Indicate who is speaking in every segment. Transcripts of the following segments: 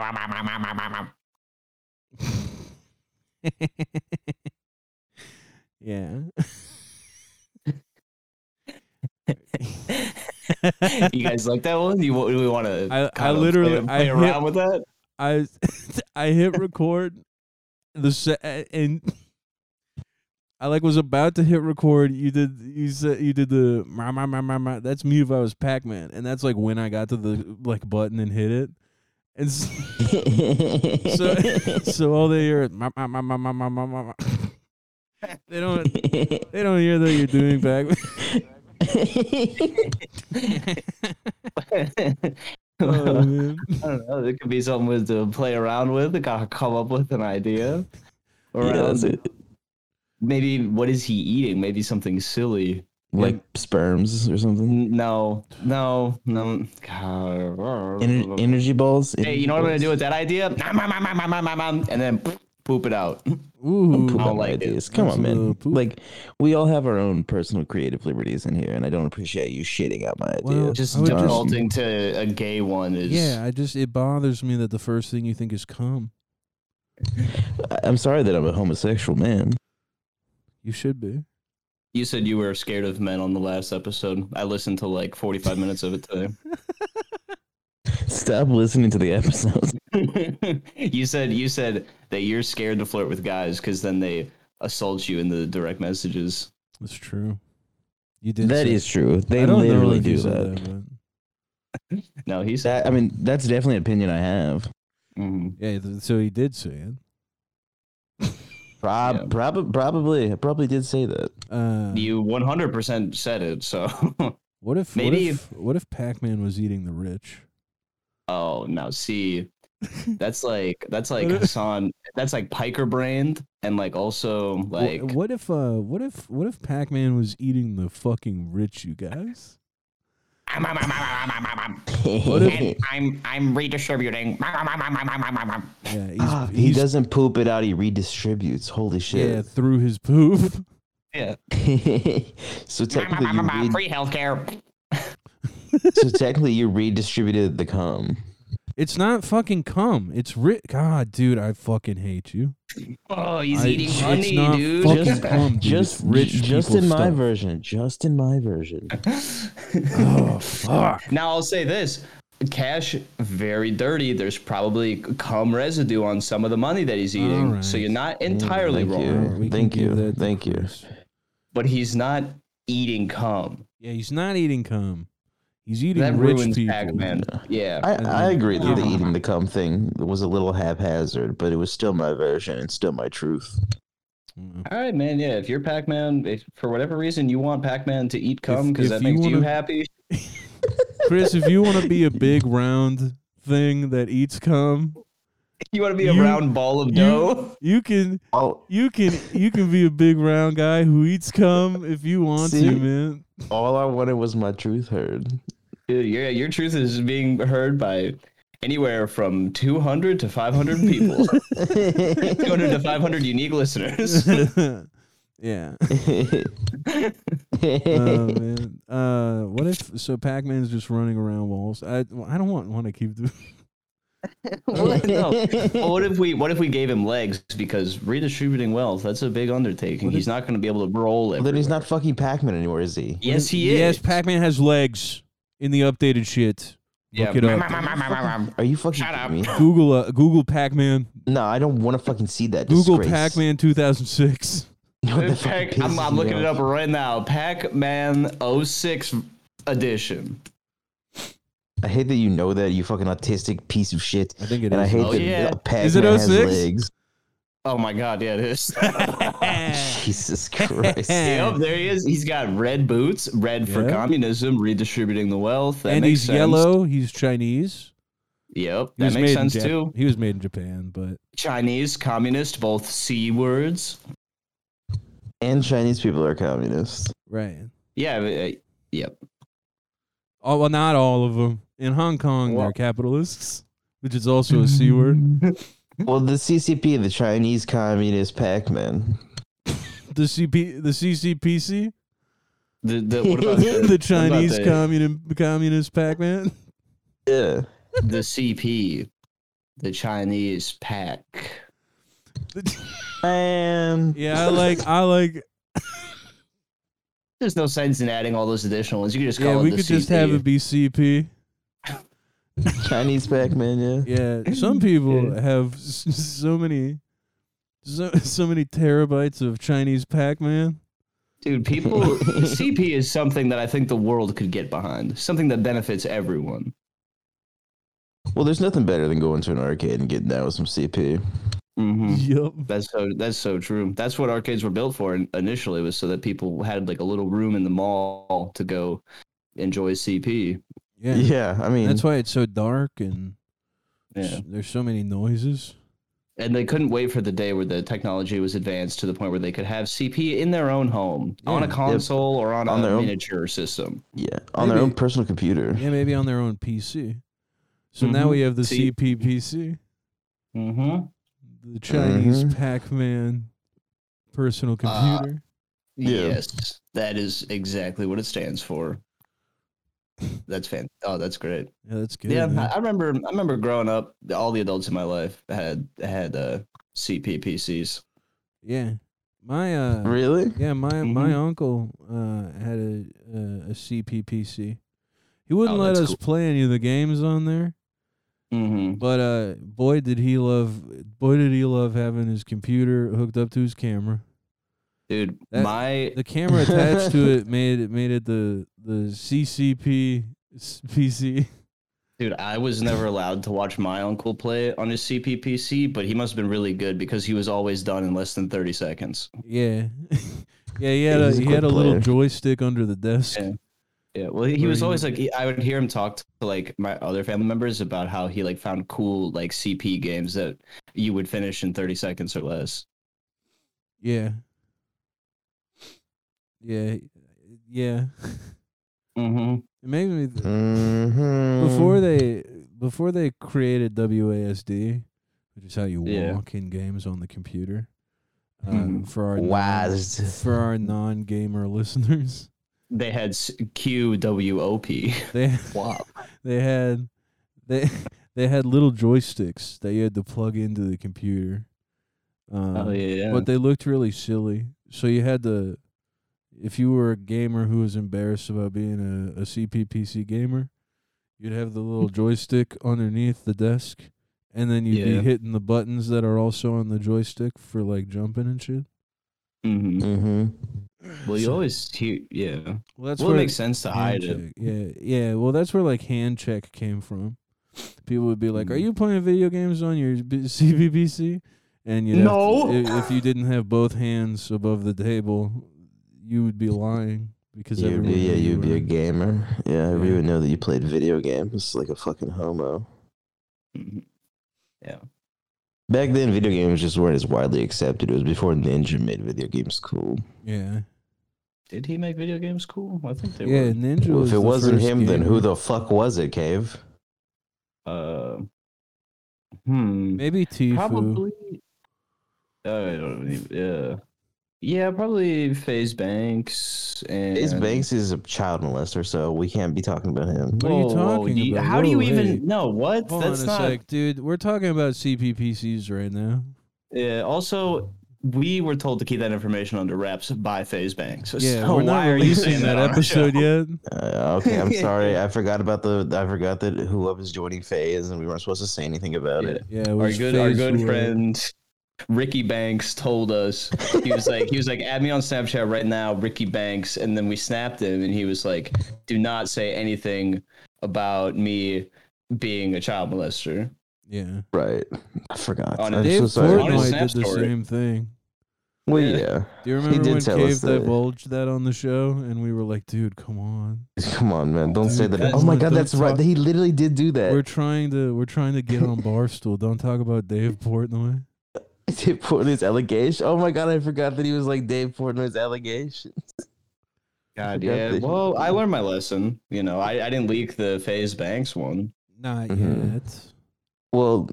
Speaker 1: yeah.
Speaker 2: you guys like that one? You do we want to?
Speaker 1: I- I literally-
Speaker 2: play, play
Speaker 1: I
Speaker 2: around
Speaker 1: hit-
Speaker 2: with that.
Speaker 1: I I hit record the se- and I like was about to hit record. You did you said you did the "Mah, mah, mah, mah, mah." that's me if I was Pac Man, and that's like when I got to the like button and hit it. And s- so so all they hear is "Mah, mah, mah, mah, mah, mah, mah, mah, mah." they don't they don't hear that you're doing
Speaker 2: Well,
Speaker 1: Pac Oh, Man.
Speaker 2: I don't know. It could be something with to play around with. It got to come up with an idea. Or
Speaker 3: Yeah,
Speaker 2: else
Speaker 3: that's it.
Speaker 2: maybe what is he eating? Maybe something silly.
Speaker 3: like sperms or something.
Speaker 2: N- No, no, no. God.
Speaker 3: Ener- energy balls.
Speaker 2: hey, you know what I'm gonna do with that idea? Nom, nom, nom, nom, nom, nom, nom, nom, And then poop it out.
Speaker 1: Ooh,
Speaker 2: I
Speaker 3: I
Speaker 2: don't like
Speaker 3: like
Speaker 2: it.
Speaker 3: ideas. Come on,
Speaker 1: Absolute
Speaker 3: man.
Speaker 1: poop.
Speaker 3: Like, we all have our own personal creative liberties in here, and I don't appreciate you shitting out my idea.
Speaker 1: Well, I
Speaker 2: Just
Speaker 1: would just-
Speaker 2: defaulting to a gay one is.
Speaker 1: yeah. I just it bothers me that the first thing you think is cum.
Speaker 3: I- I'm sorry that I'm a homosexual man.
Speaker 1: You should be.
Speaker 2: You said you were scared of men on the last episode. I listened to like 45 minutes of it
Speaker 3: Stop listening to the episodes.
Speaker 2: today. you said you said that you're scared to flirt with guys because then they assault you in the direct messages.
Speaker 1: That's true. You did.
Speaker 3: That
Speaker 1: say-
Speaker 3: is true. They
Speaker 1: I don't know
Speaker 3: literally
Speaker 1: if you
Speaker 3: do
Speaker 1: said
Speaker 3: that.
Speaker 1: but-
Speaker 2: No, he said.
Speaker 3: That- I mean, that's definitely an opinion I have.
Speaker 2: Mhm.
Speaker 1: Yeah, th- so he did say it.
Speaker 3: Prob-
Speaker 2: Yeah.
Speaker 3: prob- probably, probably did say that.
Speaker 1: Uh,
Speaker 2: You 100% said it. So,
Speaker 1: what if
Speaker 2: maybe-
Speaker 1: what if, what if Pac-Man was eating the rich?
Speaker 2: oh, now see, that's like that's like Hassan. That's like Piker brained and like also like
Speaker 1: Wh- what if uh what if what if Pac-Man was eating the fucking rich, you guys?
Speaker 2: "Am, am, am, am, am, am, am,
Speaker 1: What if-
Speaker 2: am. I'm I'm redistributing. Am, am, am, am, am, am, am, am."
Speaker 1: Yeah, he's,
Speaker 3: Ah, he
Speaker 1: he's-
Speaker 3: doesn't poop it out. He redistributes. Holy
Speaker 1: Yeah,
Speaker 3: shit!
Speaker 1: through his poop.
Speaker 2: Yeah.
Speaker 3: so
Speaker 2: Am,
Speaker 3: technically,
Speaker 2: am,
Speaker 3: you
Speaker 2: am, am,
Speaker 3: read-
Speaker 2: Free healthcare.
Speaker 3: so technically you redistributed the cum.
Speaker 1: It's not fucking cum. It's rich. God, dude, I fucking hate you.
Speaker 2: Oh, he's
Speaker 1: I-
Speaker 2: eating
Speaker 1: it's
Speaker 2: honey,
Speaker 1: not
Speaker 2: dude.
Speaker 1: fucking
Speaker 2: Just-
Speaker 1: cum, dude.
Speaker 3: Just
Speaker 1: it's rich.
Speaker 3: just
Speaker 1: people
Speaker 3: in my
Speaker 1: stuff.
Speaker 3: version. Just in my version.
Speaker 1: Oh fuck.
Speaker 2: Now I'll say this. Cash very dirty. There's probably cum residue on some of the money that he's eating,
Speaker 1: Alright.
Speaker 2: so you're not entirely
Speaker 3: thank
Speaker 2: wrong.
Speaker 3: you.
Speaker 1: Alright, we can
Speaker 3: Thank
Speaker 1: give
Speaker 3: you.
Speaker 1: that to
Speaker 3: Thank you.
Speaker 1: Chris.
Speaker 2: But he's not eating cum.
Speaker 1: Yeah, he's not eating cum. He's eating
Speaker 2: that
Speaker 1: rich
Speaker 2: ruins
Speaker 1: people.
Speaker 2: Pac-Man. Yeah,
Speaker 3: I,
Speaker 1: And
Speaker 3: I
Speaker 1: then-
Speaker 3: agree that the
Speaker 1: Yeah.
Speaker 3: eating the cum thing was a little haphazard, but it was still my version and still my truth.
Speaker 1: Mm.
Speaker 2: All right, man. Yeah, if you're Pac-Man, if for whatever reason you want Pac-Man to eat cum
Speaker 1: If-
Speaker 2: because
Speaker 1: if
Speaker 2: that
Speaker 1: you
Speaker 2: makes you
Speaker 1: wanna-
Speaker 2: happy,
Speaker 1: Chris, if you want to be a big round thing that eats cum,
Speaker 2: you want to be a
Speaker 1: You-
Speaker 2: round ball of
Speaker 1: you-
Speaker 2: dough.
Speaker 1: you can
Speaker 3: All
Speaker 1: you can you can be a big round guy who eats cum if you want
Speaker 3: See?
Speaker 1: to, man.
Speaker 3: all I wanted was my truth heard.
Speaker 2: Dude, your your truth is being heard by anywhere from 200 to 500 people, 200 to 500 unique listeners.
Speaker 1: yeah. Uh, man. Uh, what if so Pac-Man's just running around walls? I I don't want want to keep doing.
Speaker 2: What? No. Well, what if we what if we gave him legs because redistributing wealth that's a big undertaking. He's not going to be able to roll
Speaker 3: then
Speaker 2: it.
Speaker 3: he's not fucking Pac-Man anymore, is he?
Speaker 2: Yes, he is.
Speaker 1: Yes, Pac-Man has legs in the updated shit. Look it up.
Speaker 3: Are you fucking
Speaker 2: Shut
Speaker 3: kidding me?
Speaker 1: Google uh, Google Pac-Man.
Speaker 3: No, I don't want to fucking see that.
Speaker 1: Google
Speaker 3: disgrace.
Speaker 1: Pac-Man 2006.
Speaker 3: You know, that fucking
Speaker 2: Pac, I'm,
Speaker 3: pisses
Speaker 2: I'm
Speaker 3: me
Speaker 2: looking it
Speaker 3: off.
Speaker 2: up right now. Pac-Man 06 edition.
Speaker 3: I hate that you know that you fucking autistic piece of shit.
Speaker 1: I think it is.
Speaker 3: And I hate
Speaker 2: Oh,
Speaker 3: that
Speaker 2: yeah.
Speaker 3: Pac-Man
Speaker 1: Is it
Speaker 3: has
Speaker 1: 06?
Speaker 3: legs.
Speaker 2: Oh my god, yeah, it is.
Speaker 3: Jesus Christ.
Speaker 2: Yep, there he is. He's got red boots, red for
Speaker 1: Yeah.
Speaker 2: communism, redistributing the wealth. That
Speaker 1: and
Speaker 2: makes
Speaker 1: he's
Speaker 2: sense.
Speaker 1: yellow. He's Chinese.
Speaker 2: Yep,
Speaker 1: He
Speaker 2: that makes
Speaker 1: was made in
Speaker 2: sense
Speaker 1: Jap-
Speaker 2: too.
Speaker 1: He was made in Japan, but
Speaker 2: Chinese, communist, both c words.
Speaker 3: And Chinese people are communists.
Speaker 1: right.
Speaker 2: Yeah, uh, yep.
Speaker 1: Oh well, not all of them. In Hong Kong, they're capitalists, which is also a c word.
Speaker 3: Well, the CCP, the Chinese Communist Pac-Man.
Speaker 1: The CP, the CCPC,
Speaker 2: The, the, what about the,
Speaker 1: the Chinese
Speaker 2: the-
Speaker 1: communist communist Pac-Man.
Speaker 3: Yeah.
Speaker 2: the CP? the Chinese pack.
Speaker 3: Man.
Speaker 1: yeah, I like I like
Speaker 2: There's no sense in adding all those additional ones. You could just call
Speaker 1: yeah,
Speaker 2: it
Speaker 1: we
Speaker 2: the
Speaker 1: could just have
Speaker 2: CP.
Speaker 1: it be CP.
Speaker 3: Chinese Pac-Man. Yeah.
Speaker 1: Yeah, some people
Speaker 2: Yeah.
Speaker 1: have s- so many, so so many terabytes of Chinese Pac-Man.
Speaker 2: Dude, people CP is something that I think the world could get behind. Something that benefits everyone.
Speaker 3: Well, there's nothing better than going to an arcade and getting down with some CP.
Speaker 2: Mm-hmm.
Speaker 1: Yup.
Speaker 2: That's so that's so true. That's what arcades were built for in- initially was so that people had like a little room in the mall to go enjoy CP.
Speaker 1: Yeah.
Speaker 3: Yeah, I mean,
Speaker 1: That's why it's so dark and s-
Speaker 2: Yeah.
Speaker 1: there's so many noises.
Speaker 2: And they couldn't wait for the day where the technology was advanced to the point where they could have CP in their own home, on a
Speaker 1: Yeah. Yep.
Speaker 2: console or on,
Speaker 3: On their
Speaker 2: a
Speaker 3: own-
Speaker 2: miniature system.
Speaker 3: yeah, on their
Speaker 1: Maybe-
Speaker 3: own personal computer.
Speaker 1: Yeah, maybe on their own PC. So now
Speaker 2: Mm-hmm.
Speaker 1: we have the
Speaker 2: See?
Speaker 1: CP PC,
Speaker 2: Mm-hmm.
Speaker 1: the Chinese
Speaker 3: Mhm.
Speaker 1: Pac-Man personal
Speaker 2: Uh,
Speaker 1: computer.
Speaker 3: Yeah.
Speaker 2: Yes. That is exactly what it stands for. That's fan. Oh, that's great.
Speaker 1: yeah, that's good.
Speaker 2: Yeah,
Speaker 1: man.
Speaker 2: I I remember. I remember growing up. All the adults in my life had had uh, CPPCs.
Speaker 1: yeah. My uh,
Speaker 3: Really?
Speaker 1: Yeah, my
Speaker 2: Mm-hmm.
Speaker 1: my uncle uh, had a, a a CPPC. He wouldn't
Speaker 2: Oh,
Speaker 1: let
Speaker 2: that's
Speaker 1: us
Speaker 2: cool.
Speaker 1: play any of the games on there,
Speaker 2: Mm-hmm.
Speaker 1: but uh, boy did he love boy did he love having his computer hooked up to his camera.
Speaker 2: Dude,
Speaker 1: That-
Speaker 2: my
Speaker 1: The camera attached to it made it made it the the CCP s- PC.
Speaker 2: dude, I was never allowed to watch my uncle play on his CPPC, but he must have been really good because he was always done in less than thirty seconds.
Speaker 1: Yeah, yeah. He had a
Speaker 3: He's a
Speaker 1: he had a
Speaker 3: quick
Speaker 1: little
Speaker 3: player.
Speaker 1: joystick under the desk.
Speaker 2: Yeah. Yeah, well, he was
Speaker 1: Right.
Speaker 2: always like he- I would hear him talk to like my other family members about how he like found cool like CP games that you would finish in thirty seconds or less.
Speaker 1: Yeah, yeah, yeah.
Speaker 2: Mm-hmm.
Speaker 1: It made me. th-
Speaker 3: Mm-hmm.
Speaker 1: before they before they created WASD, which is how you
Speaker 2: Yeah.
Speaker 1: walk in games on the computer. Uh,
Speaker 2: Mhm.
Speaker 1: For our non,
Speaker 3: WASD.
Speaker 1: for our non gamer listeners,
Speaker 2: They had s- QWOP.
Speaker 1: they
Speaker 2: Wow.
Speaker 1: they had they they had little joysticks that you had to plug into the computer. Um,
Speaker 2: Oh yeah.
Speaker 1: But they looked really silly, so you had to. If you were a gamer who was embarrassed about being a, a CPPC gamer, you'd have the little joystick underneath the desk, and then you'd
Speaker 2: Yeah.
Speaker 1: be hitting the buttons that are also on the joystick for like jumping and shit.
Speaker 2: Mm-hmm.
Speaker 3: Mm-hmm.
Speaker 2: Well, you
Speaker 1: So-
Speaker 2: always hear, yeah.
Speaker 1: Well, that's
Speaker 2: well, it
Speaker 1: where
Speaker 2: makes sense to hide
Speaker 1: hand
Speaker 2: it.
Speaker 1: check- Yeah, yeah. Well, that's where like hand check came from. People would be
Speaker 3: Hmm.
Speaker 1: like, "Are
Speaker 2: Mm.
Speaker 1: you playing video games on your B- CBBC?" And you
Speaker 2: No.
Speaker 1: if, if you didn't have both hands above the table, you would be lying because
Speaker 3: You'd
Speaker 1: everyone
Speaker 3: be, yeah,
Speaker 1: knew
Speaker 3: you'd be
Speaker 1: were-
Speaker 3: a gamer. Yeah, everybody
Speaker 1: Yeah.
Speaker 3: would know that you played video games like a fucking homo.
Speaker 2: Mhm.
Speaker 3: Back then, video games just weren't as widely accepted. It was before Ninja made video games cool.
Speaker 1: yeah,
Speaker 2: Did he make video games cool? I think they
Speaker 1: yeah. Ninja.
Speaker 3: Well,
Speaker 1: was
Speaker 3: if
Speaker 1: the
Speaker 3: it wasn't
Speaker 1: first
Speaker 3: him, then
Speaker 1: gamer.
Speaker 3: who the fuck was it, Cave?
Speaker 2: were. Uh, hmm.
Speaker 1: Maybe Tfue.
Speaker 2: Probably. Uh, I don't even- yeah. Yeah, probably FaZe Banks and
Speaker 3: Ace Banks is a child molester, so we can't be talking about him.
Speaker 1: What are you
Speaker 2: Whoa, whoa,
Speaker 1: talking
Speaker 2: do you-
Speaker 1: about?
Speaker 2: How do
Speaker 1: Whoa,
Speaker 2: you even
Speaker 1: hey.
Speaker 2: no? What?
Speaker 1: Hold
Speaker 2: That's
Speaker 1: on a
Speaker 2: not.
Speaker 1: sec, dude. We're talking about CPPCs right now.
Speaker 2: Yeah. uh, Also, we were told to keep that information under wraps by FaZe Banks.
Speaker 1: Yeah,
Speaker 2: so
Speaker 1: we're
Speaker 2: why
Speaker 1: not
Speaker 2: are you saying
Speaker 1: releasing that
Speaker 2: on our show?
Speaker 1: episode yet.
Speaker 3: Uh, okay, I'm sorry. I forgot about the. I forgot that who was joining FaZe, and we weren't supposed to say anything about it.
Speaker 1: Yeah,
Speaker 2: our
Speaker 1: which
Speaker 2: good our
Speaker 1: phase
Speaker 2: good
Speaker 1: were-
Speaker 2: friend Ricky Banks told us he was like he was like add me on Snapchat right now Ricky Banks and then we snapped him and he was like do not say anything about me being a child molester.
Speaker 1: Yeah,
Speaker 3: Right. I forgot.
Speaker 2: On
Speaker 3: I'm
Speaker 1: Dave
Speaker 3: so sorry.
Speaker 2: Gordon-
Speaker 1: Portnoy
Speaker 2: Snap
Speaker 1: did the
Speaker 2: story.
Speaker 1: same thing.
Speaker 3: Well,
Speaker 2: Yeah.
Speaker 3: yeah.
Speaker 1: Do you remember
Speaker 3: did
Speaker 1: when
Speaker 3: tell
Speaker 1: Cave
Speaker 3: us that.
Speaker 1: divulged that on the show, and we were like, "Dude, come on,
Speaker 3: Come on, man. Don't say
Speaker 1: Dude,
Speaker 3: that.
Speaker 1: that's
Speaker 3: Oh my
Speaker 1: not-
Speaker 3: god,
Speaker 1: don't
Speaker 3: that's right.
Speaker 1: talk-
Speaker 3: He literally did
Speaker 1: we're
Speaker 3: do that.
Speaker 1: trying to we're trying to get on Barstool. Don't talk about Dave Portnoy."
Speaker 3: Dave Portnoy's allegation. Oh my god, I forgot that he was like Dave Portnoy's allegation.
Speaker 2: God,
Speaker 3: Forgot
Speaker 2: yeah.
Speaker 3: that-
Speaker 2: Well, I learned my lesson. You know, I, I didn't leak the FaZe Banks one.
Speaker 1: Not
Speaker 3: Mhm.
Speaker 1: yet.
Speaker 3: Well,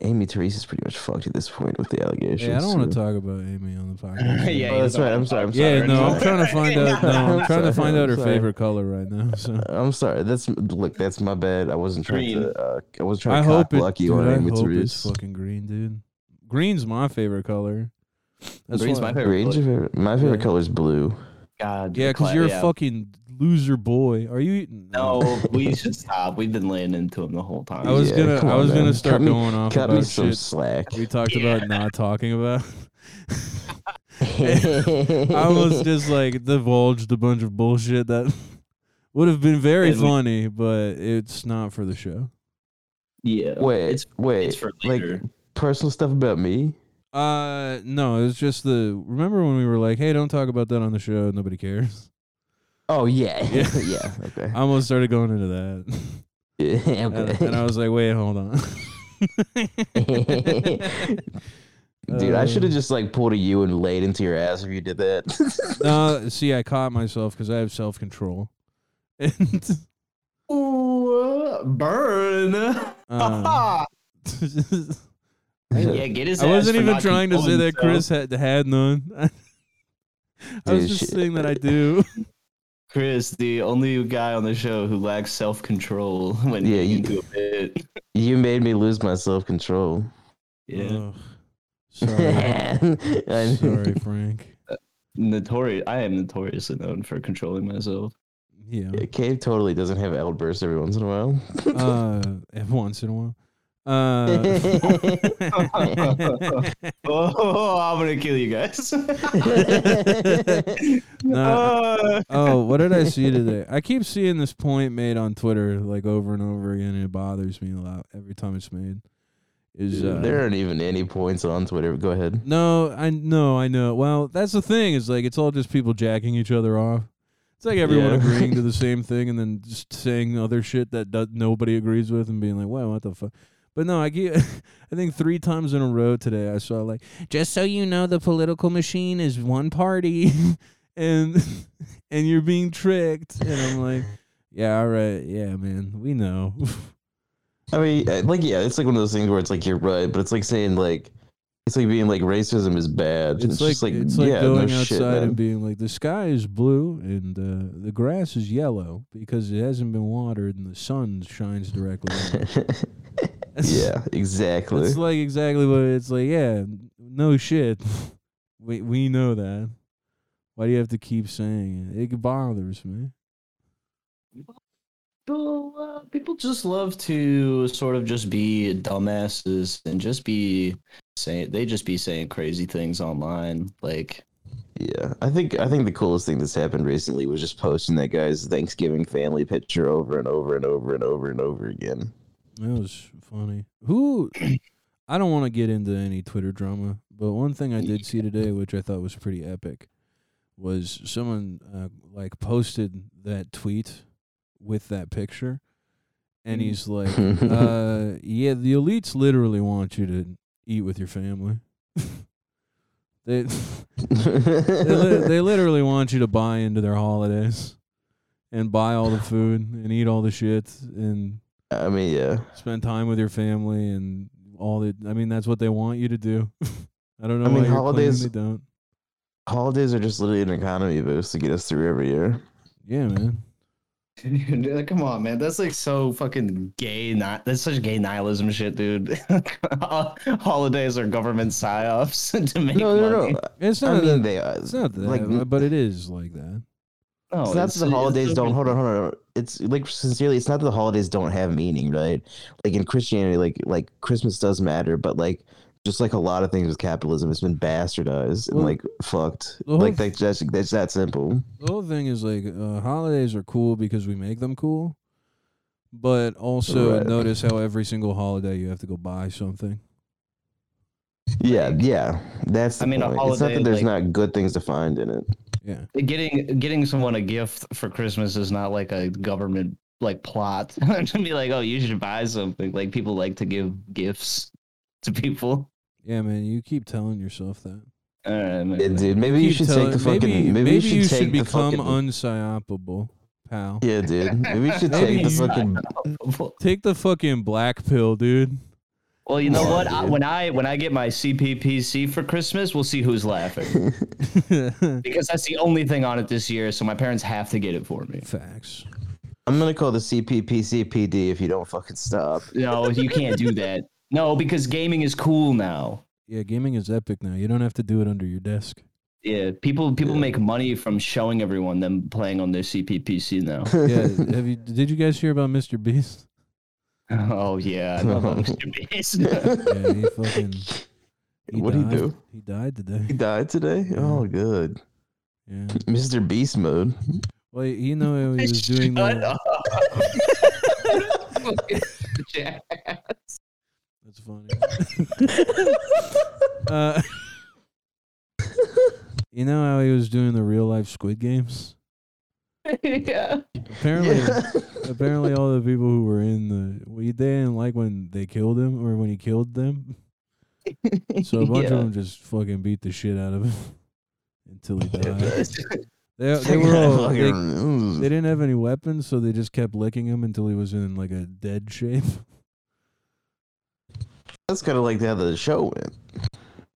Speaker 3: Amy Therese is pretty much fucked at this point with the allegations.
Speaker 1: Yeah, I don't want to
Speaker 3: so-
Speaker 1: talk about Amy on the podcast.
Speaker 2: Yeah,
Speaker 3: Oh, that's right. I'm sorry. I'm sorry.
Speaker 1: Yeah, no, I'm trying to
Speaker 3: sorry.
Speaker 1: find out. No, I'm
Speaker 3: I'm
Speaker 1: trying to
Speaker 3: sorry,
Speaker 1: find out
Speaker 3: I'm
Speaker 1: her
Speaker 3: sorry.
Speaker 1: favorite color right now. So
Speaker 3: I'm sorry. That's look. That's my bad. I wasn't trying
Speaker 2: Green.
Speaker 3: to. Uh, I was
Speaker 1: I
Speaker 3: trying to cock
Speaker 1: hope it.
Speaker 3: block you
Speaker 1: dude,
Speaker 3: on
Speaker 1: I
Speaker 3: Amy
Speaker 1: hope it's
Speaker 3: Therese.
Speaker 1: fucking green, dude. Green's my favorite color. That's
Speaker 2: Green's
Speaker 1: why-
Speaker 2: my favorite.
Speaker 3: Range of favorite. My favorite
Speaker 1: Yeah.
Speaker 3: color is blue.
Speaker 2: God,
Speaker 1: Yeah,
Speaker 2: the
Speaker 1: because
Speaker 2: cla-
Speaker 1: you're
Speaker 2: yeah.
Speaker 1: a fucking loser boy. Are you eating?
Speaker 2: No, we should stop. We've been laying into him the whole time.
Speaker 1: I was
Speaker 3: Yeah,
Speaker 1: gonna.
Speaker 3: come
Speaker 1: I
Speaker 3: on,
Speaker 1: was gonna
Speaker 3: man.
Speaker 1: start
Speaker 3: Cut me-
Speaker 1: going off
Speaker 3: Cut me
Speaker 1: about
Speaker 3: some
Speaker 1: shit
Speaker 3: slack.
Speaker 1: we talked about not talking about. I
Speaker 3: I
Speaker 1: almost just like divulged a bunch of bullshit that would have been very
Speaker 2: And we-
Speaker 1: funny, but it's not for the show.
Speaker 2: yeah.
Speaker 3: wait.
Speaker 2: it's
Speaker 3: wait.
Speaker 2: it's for
Speaker 3: like
Speaker 2: later.
Speaker 3: personal stuff about me.
Speaker 1: Uh, no, it's just the. Remember when we were like, "Hey, don't talk about that on the show. Nobody cares."
Speaker 3: Oh yeah.
Speaker 1: Yeah.
Speaker 3: Yeah. Okay.
Speaker 1: I almost started going into that,
Speaker 3: Yeah,
Speaker 1: and,
Speaker 3: okay.
Speaker 1: and I was like, "Wait, hold on."
Speaker 3: Dude, I should
Speaker 1: Uh,
Speaker 3: have just like pulled a U and laid into your ass if you did that.
Speaker 1: No, see, I caught myself because I have self control. And
Speaker 2: Ooh, burn.
Speaker 1: um,
Speaker 2: yeah, get his.
Speaker 1: I
Speaker 2: ass
Speaker 1: wasn't
Speaker 2: for
Speaker 1: even
Speaker 2: not
Speaker 1: trying to say
Speaker 2: controlling
Speaker 1: that Chris had had none. I was
Speaker 3: Dude,
Speaker 1: just
Speaker 3: shit.
Speaker 1: saying that I do.
Speaker 2: Chris, the only guy on the show who lacks self control when
Speaker 3: Yeah,
Speaker 2: yeah,
Speaker 3: you-
Speaker 2: into a bit.
Speaker 3: you made me lose my self control.
Speaker 2: Yeah,
Speaker 1: Ugh. Sorry.
Speaker 3: I-
Speaker 1: Sorry, Frank.
Speaker 2: notorious. I am notoriously known for controlling myself.
Speaker 1: Yeah.
Speaker 3: Yeah, Cave totally doesn't have outbursts every once in a while.
Speaker 1: Uh, every once in a while. Uh,
Speaker 2: Oh, I'm gonna kill you guys.
Speaker 1: no,
Speaker 2: Uh,
Speaker 1: oh, what did I see today? I keep seeing this point made on Twitter like over and over again, and it bothers me a lot every time it's made. Is uh,
Speaker 3: there aren't even any points on Twitter. Go ahead.
Speaker 1: No, I no, I know. Well, that's the thing is like it's all just people jacking each other off. It's like everyone
Speaker 3: Yeah.
Speaker 1: agreeing to the same thing and then just saying other shit that does, nobody agrees with and being like, "Wow, what the fuck." But no, I get, I think three times in a row today I saw like, just so you know, the political machine is one party, and and you're being tricked, and I'm like, yeah, all right, yeah, man, we know.
Speaker 3: I mean, uh, like, yeah, it's like one of those things where it's like you're right, but it's like saying like, it's like being like racism is bad.
Speaker 1: It's, like,
Speaker 3: just like
Speaker 1: it's like
Speaker 3: yeah,
Speaker 1: going
Speaker 3: no
Speaker 1: outside
Speaker 3: shit,
Speaker 1: and
Speaker 3: man.
Speaker 1: being like the sky is blue and uh, the grass is yellow because it hasn't been watered and the sun shines directly. on it. That's-
Speaker 3: yeah, exactly.
Speaker 1: that's like exactly what it's like. Yeah, no shit. we we know that. Why do you have to keep saying it? It bothers me.
Speaker 2: people, uh, people just love to sort of just be dumbasses and just be saying they just be saying crazy things online. Like,
Speaker 3: Yeah, I think I think the coolest thing that's happened recently was just posting that guy's Thanksgiving family picture over and over and over and over and over again.
Speaker 1: That was funny. Who? I don't want to get into any Twitter drama, but one thing I did see today, which I thought was pretty epic, was someone uh, like posted that tweet with that picture, and
Speaker 2: Mm.
Speaker 1: he's like, uh, "Yeah, the elites literally want you to eat with your family. they they, li- they literally want you to buy into their holidays." And buy all the food and eat all the shit and
Speaker 3: I mean, yeah,
Speaker 1: spend time with your family and all the I mean that's what they want you to do. I don't know
Speaker 3: I mean,
Speaker 1: why you're
Speaker 3: holidays-
Speaker 1: claiming they don't.
Speaker 3: holidays are just literally an economy boost to get us through every year.
Speaker 1: Yeah, man.
Speaker 2: come on, man, that's like so fucking gay. Not that's such gay nihilism shit, dude. Holidays are government psyops to make
Speaker 3: No, no,
Speaker 2: money.
Speaker 3: no.
Speaker 1: It's
Speaker 3: I
Speaker 1: not that,
Speaker 3: mean, they are.
Speaker 1: it's not that, uh,
Speaker 3: like-
Speaker 1: but it is like that.
Speaker 2: No,
Speaker 3: Oh, it's not that the holidays don't hold on, hold on. It's like sincerely, it's not that the holidays don't have meaning, right? Like in Christianity, like like Christmas does matter, but like just like a lot of things with capitalism, it's been bastardized and
Speaker 1: Well,
Speaker 3: like fucked.
Speaker 1: the whole-
Speaker 3: Like that, that's that's that simple.
Speaker 1: The whole thing is like uh, holidays are cool because we make them cool, but also
Speaker 3: Right.
Speaker 1: notice how every single holiday you have to go buy something.
Speaker 3: Yeah, yeah. That's the
Speaker 2: I mean, a
Speaker 3: point. it's not
Speaker 2: holiday,
Speaker 3: that there's
Speaker 2: like-
Speaker 3: not good things to find in it.
Speaker 1: Yeah,
Speaker 2: getting getting someone a gift for Christmas is not like a government like plot to be like, oh, you should buy something. Like people like to give gifts to people.
Speaker 1: yeah, man. You keep telling yourself that.
Speaker 2: All right, man.
Speaker 3: Yeah, dude, maybe you
Speaker 1: Keep
Speaker 3: should
Speaker 1: telling-
Speaker 3: take the fucking
Speaker 1: Maybe,
Speaker 3: maybe, you should take the
Speaker 1: become
Speaker 3: fucking
Speaker 1: unpsyopable, pal.
Speaker 3: Yeah, dude. Maybe you should
Speaker 1: Maybe
Speaker 3: take the
Speaker 1: you-
Speaker 3: fucking
Speaker 1: Take the fucking black pill, dude.
Speaker 2: Well, you know
Speaker 3: Yeah,
Speaker 2: what? I,
Speaker 3: dude.
Speaker 2: when I when I get my CPPC for Christmas, we'll see who's laughing because that's the only thing on it this year. So my parents have to get it for me.
Speaker 1: Facts.
Speaker 3: I'm gonna call the CPPCPD if you don't fucking stop.
Speaker 2: No, you can't do that. No, because gaming is cool now.
Speaker 1: Yeah, gaming is epic now. You don't have to do it under your desk.
Speaker 2: Yeah, people people
Speaker 3: Yeah.
Speaker 2: make money from showing everyone them playing on their CPPC now.
Speaker 1: Yeah, have you? Did you guys hear about Mr. Beast?
Speaker 2: oh yeah, I love Mr. Beast.
Speaker 1: Yeah, he fucking.
Speaker 3: What'd he
Speaker 1: died.
Speaker 3: do?
Speaker 1: He died
Speaker 3: He
Speaker 1: today.
Speaker 3: died today. Oh, good.
Speaker 1: Yeah.
Speaker 3: Mr. Beast mode.
Speaker 1: Well, you know he was doing
Speaker 2: Shut
Speaker 1: that.
Speaker 2: up. Jack.
Speaker 1: That's funny. uh, you know how he was doing the real life Squid Games?
Speaker 2: yeah.
Speaker 1: Apparently,
Speaker 3: Yeah.
Speaker 1: apparently all the people who were in the well, they didn't like when they killed him or when he killed them. So a bunch
Speaker 2: Yeah.
Speaker 1: of them just fucking beat the shit out of him until he died. They, they
Speaker 3: Fucking-
Speaker 1: were all they,
Speaker 3: mm.
Speaker 1: they didn't have any weapons, so they just kept licking him until he was in like a dead shape.
Speaker 3: That's kind of like how the show went.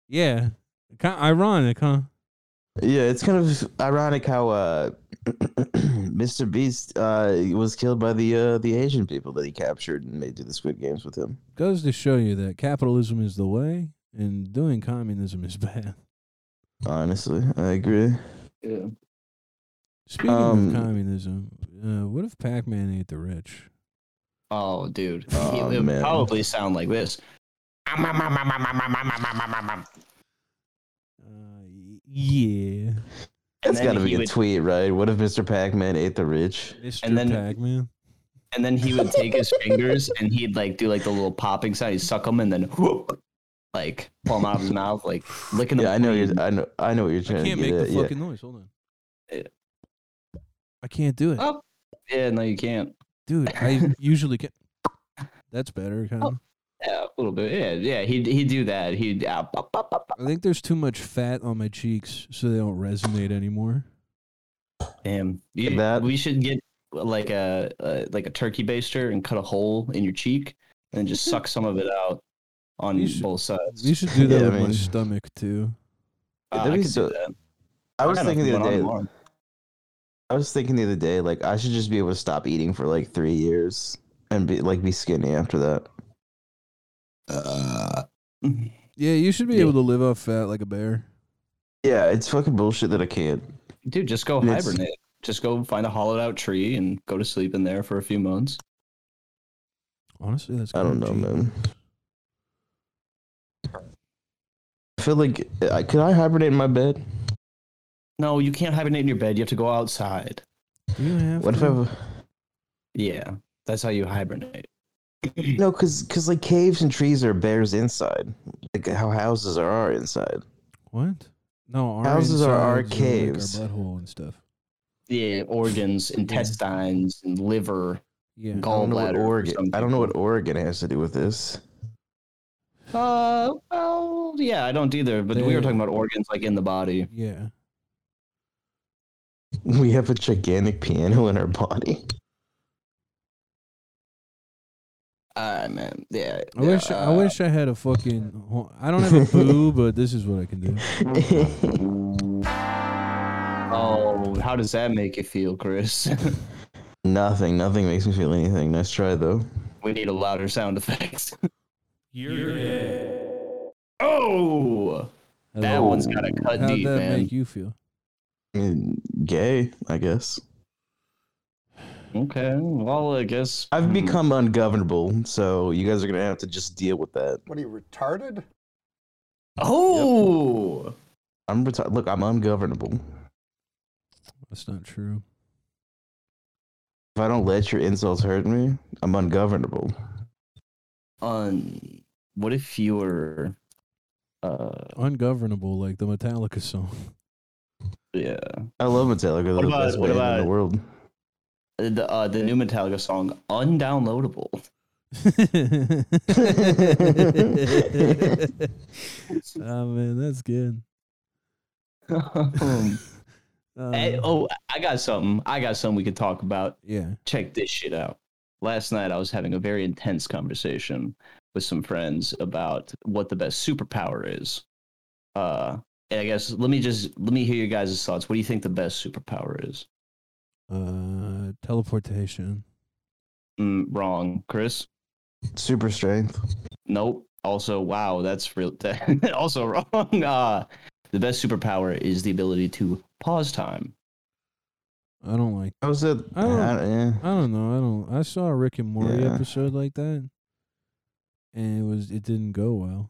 Speaker 1: Yeah, kind ironic, huh?
Speaker 3: Yeah, it's kind of ironic how uh, Mr. Beast uh, was killed by the uh, the Asian people that he captured and made do the Squid Games with him.
Speaker 1: Goes to show you that capitalism is the way, and doing communism is bad.
Speaker 3: Honestly, I agree.
Speaker 2: Yeah.
Speaker 1: Speaking
Speaker 3: Um,
Speaker 1: of communism, uh, what if Pac-Man ate the rich?
Speaker 2: Oh, dude.
Speaker 3: Oh,
Speaker 2: it would
Speaker 3: man.
Speaker 2: probably sound like this.
Speaker 1: Uh, y- yeah,
Speaker 2: And
Speaker 3: That's
Speaker 2: then
Speaker 3: got to
Speaker 2: he
Speaker 3: be a
Speaker 2: would-
Speaker 3: tweet, right? What if Mr. Pac-Man ate the rich?
Speaker 1: Mr.
Speaker 2: And then-
Speaker 1: Pac-Man.
Speaker 2: And then he would take his fingers and he'd like do like the little popping sound. He'd suck them and then whoop, like pull them out of his mouth, like licking them.
Speaker 3: Yeah, I know
Speaker 2: clean.
Speaker 3: you're. I know. I know what you're trying
Speaker 1: I can't
Speaker 3: to
Speaker 1: make
Speaker 3: get
Speaker 1: the
Speaker 3: at. yeah.
Speaker 1: fucking noise. Hold on.
Speaker 2: Yeah.
Speaker 1: I can't do it,
Speaker 2: Oh. Yeah, no, you can't.
Speaker 1: dude. I usually can. That's better, kind of.
Speaker 3: Oh.
Speaker 2: Yeah, a little bit. Yeah, yeah. He'd he'd do that. He'd uh, pop, pop, pop, pop.
Speaker 1: I think there's too much fat on my cheeks, so they don't resonate anymore.
Speaker 2: Damn. You,
Speaker 3: That-
Speaker 2: We should get like a, a like a turkey baster and cut a hole in your cheek and just suck some of it out on
Speaker 1: You should-
Speaker 2: both sides.
Speaker 1: You should do that
Speaker 3: Yeah, I
Speaker 1: with my
Speaker 3: mean-
Speaker 1: stomach too.
Speaker 2: Ah,
Speaker 3: That'd
Speaker 2: I
Speaker 3: be
Speaker 2: could
Speaker 3: so-
Speaker 2: do that.
Speaker 3: I was
Speaker 2: got
Speaker 3: thinking the
Speaker 2: nothing
Speaker 3: other
Speaker 2: going
Speaker 3: day.
Speaker 2: on tomorrow.
Speaker 3: I was thinking the other day, like I should just be able to stop eating for like three years and be like be skinny after that. uh,
Speaker 2: Mm-hmm.
Speaker 1: Yeah, you should be
Speaker 2: Yeah.
Speaker 1: able to live off fat like a bear.
Speaker 3: Yeah, it's fucking bullshit that I can't.
Speaker 2: Dude, just go
Speaker 3: And it's-
Speaker 2: hibernate. Just go find a hollowed out tree and go to sleep in there for a few months.
Speaker 1: Honestly, that's.
Speaker 3: I don't know,
Speaker 1: kinda
Speaker 3: man.
Speaker 1: genius.
Speaker 3: I feel like I could I hibernate in my bed.
Speaker 2: No, you can't hibernate in your bed. You have to go outside.
Speaker 1: Do you have?
Speaker 3: What if
Speaker 1: to?
Speaker 3: I?
Speaker 2: Yeah, that's how you hibernate.
Speaker 3: No, cause cause like caves and trees are bears inside, like how houses are our inside.
Speaker 1: What? No, our
Speaker 3: Houses are our
Speaker 1: insides like
Speaker 3: caves.
Speaker 1: our butthole and stuff.
Speaker 2: Yeah, organs, intestines, and liver.
Speaker 1: Yeah.
Speaker 2: Gall-
Speaker 3: I don't know what
Speaker 2: Gallbladder for
Speaker 3: Oregon.
Speaker 2: some
Speaker 3: I don't know what
Speaker 2: people.
Speaker 3: Oregon has to do with this.
Speaker 2: Uh, well, yeah, I don't either. But we
Speaker 1: They-
Speaker 2: were talking about organs like in the body.
Speaker 1: Yeah.
Speaker 3: We have a gigantic piano in our body.
Speaker 2: Ah, man. Yeah.
Speaker 1: I wish I
Speaker 2: uh,
Speaker 1: wish I had a fucking. ho- I don't have a boo, but this is what I can do.
Speaker 2: Oh, how does that make you feel, Chris?
Speaker 3: nothing, nothing makes me feel anything. Nice try though.
Speaker 2: we need a louder sound effect. Oh, that
Speaker 1: Hello.
Speaker 2: one's got to cut
Speaker 1: How'd
Speaker 2: deep,
Speaker 1: that
Speaker 2: man.
Speaker 1: make you feel?
Speaker 3: Mm, Gay, I guess.
Speaker 2: Okay. Well, I guess
Speaker 3: I've
Speaker 2: hmm,
Speaker 3: become ungovernable, so you guys are gonna have to just deal with that.
Speaker 4: What are you retarded?
Speaker 2: Oh,
Speaker 3: I'm reti- look, I'm ungovernable. If
Speaker 1: That's not true.
Speaker 3: I don't let your insults hurt me, I'm ungovernable.
Speaker 2: on what if you were? Uh,
Speaker 1: Ungovernable, like the Metallica song.
Speaker 2: yeah.
Speaker 3: I love Metallica. They're
Speaker 2: What
Speaker 3: the
Speaker 2: about-
Speaker 3: best
Speaker 2: what
Speaker 3: band in
Speaker 2: about-
Speaker 3: the world.
Speaker 2: The uh, the new Metallica song, undownloadable.
Speaker 1: oh man, that's good.
Speaker 2: Um,
Speaker 1: Uh,
Speaker 2: oh, hey, oh, I got something. I got something we could talk about.
Speaker 1: Um, yeah.
Speaker 2: Check this shit out. last night I was having a very intense conversation with some friends about what the best superpower is. Uh, and I guess let me just let me hear your guys' thoughts. What do you think the best superpower is?
Speaker 1: Uh, teleportation.
Speaker 2: Mm, wrong, Chris.
Speaker 3: Super strength.
Speaker 2: Nope. Also, wow, that's real. that- also wrong. Uh, the best superpower is the ability to pause time.
Speaker 1: I don't like.
Speaker 3: I was that?
Speaker 1: I don't-
Speaker 3: I- yeah.
Speaker 1: I don't know. I don't. I saw a Rick and Morty
Speaker 3: Yeah.
Speaker 1: episode like that, and it was it didn't go well.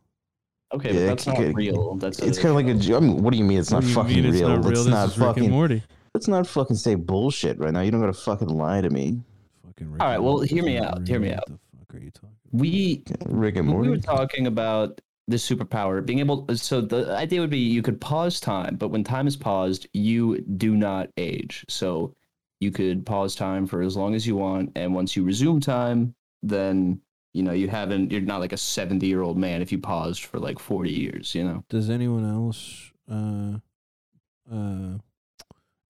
Speaker 2: Okay,
Speaker 3: Yeah,
Speaker 2: but that's not
Speaker 3: okay.
Speaker 2: real. That's
Speaker 3: It's kind of like a. jo- I mean, what do you mean? It's not fucking real. Let's not
Speaker 1: Rick and
Speaker 3: fucking.
Speaker 1: Morty.
Speaker 3: Let's not fucking say bullshit right now. You don't gotta fucking lie to me,
Speaker 1: Fucking Rick
Speaker 2: All right,
Speaker 1: and
Speaker 2: well,
Speaker 1: Morty's
Speaker 2: hear me
Speaker 1: not
Speaker 2: out, hear me
Speaker 1: real.
Speaker 2: out.
Speaker 1: What the fuck are you talking? About?
Speaker 2: we
Speaker 3: Rick and
Speaker 2: When
Speaker 3: Morty.
Speaker 2: We were talking about the superpower being able. So the idea would be you could pause time, but when time is paused, you do not age. So you could pause time for as long as you want, and once you resume time, then you know you haven't. You're not like a seventy year old man if you paused for like forty years. You know.
Speaker 1: Does anyone else uh uh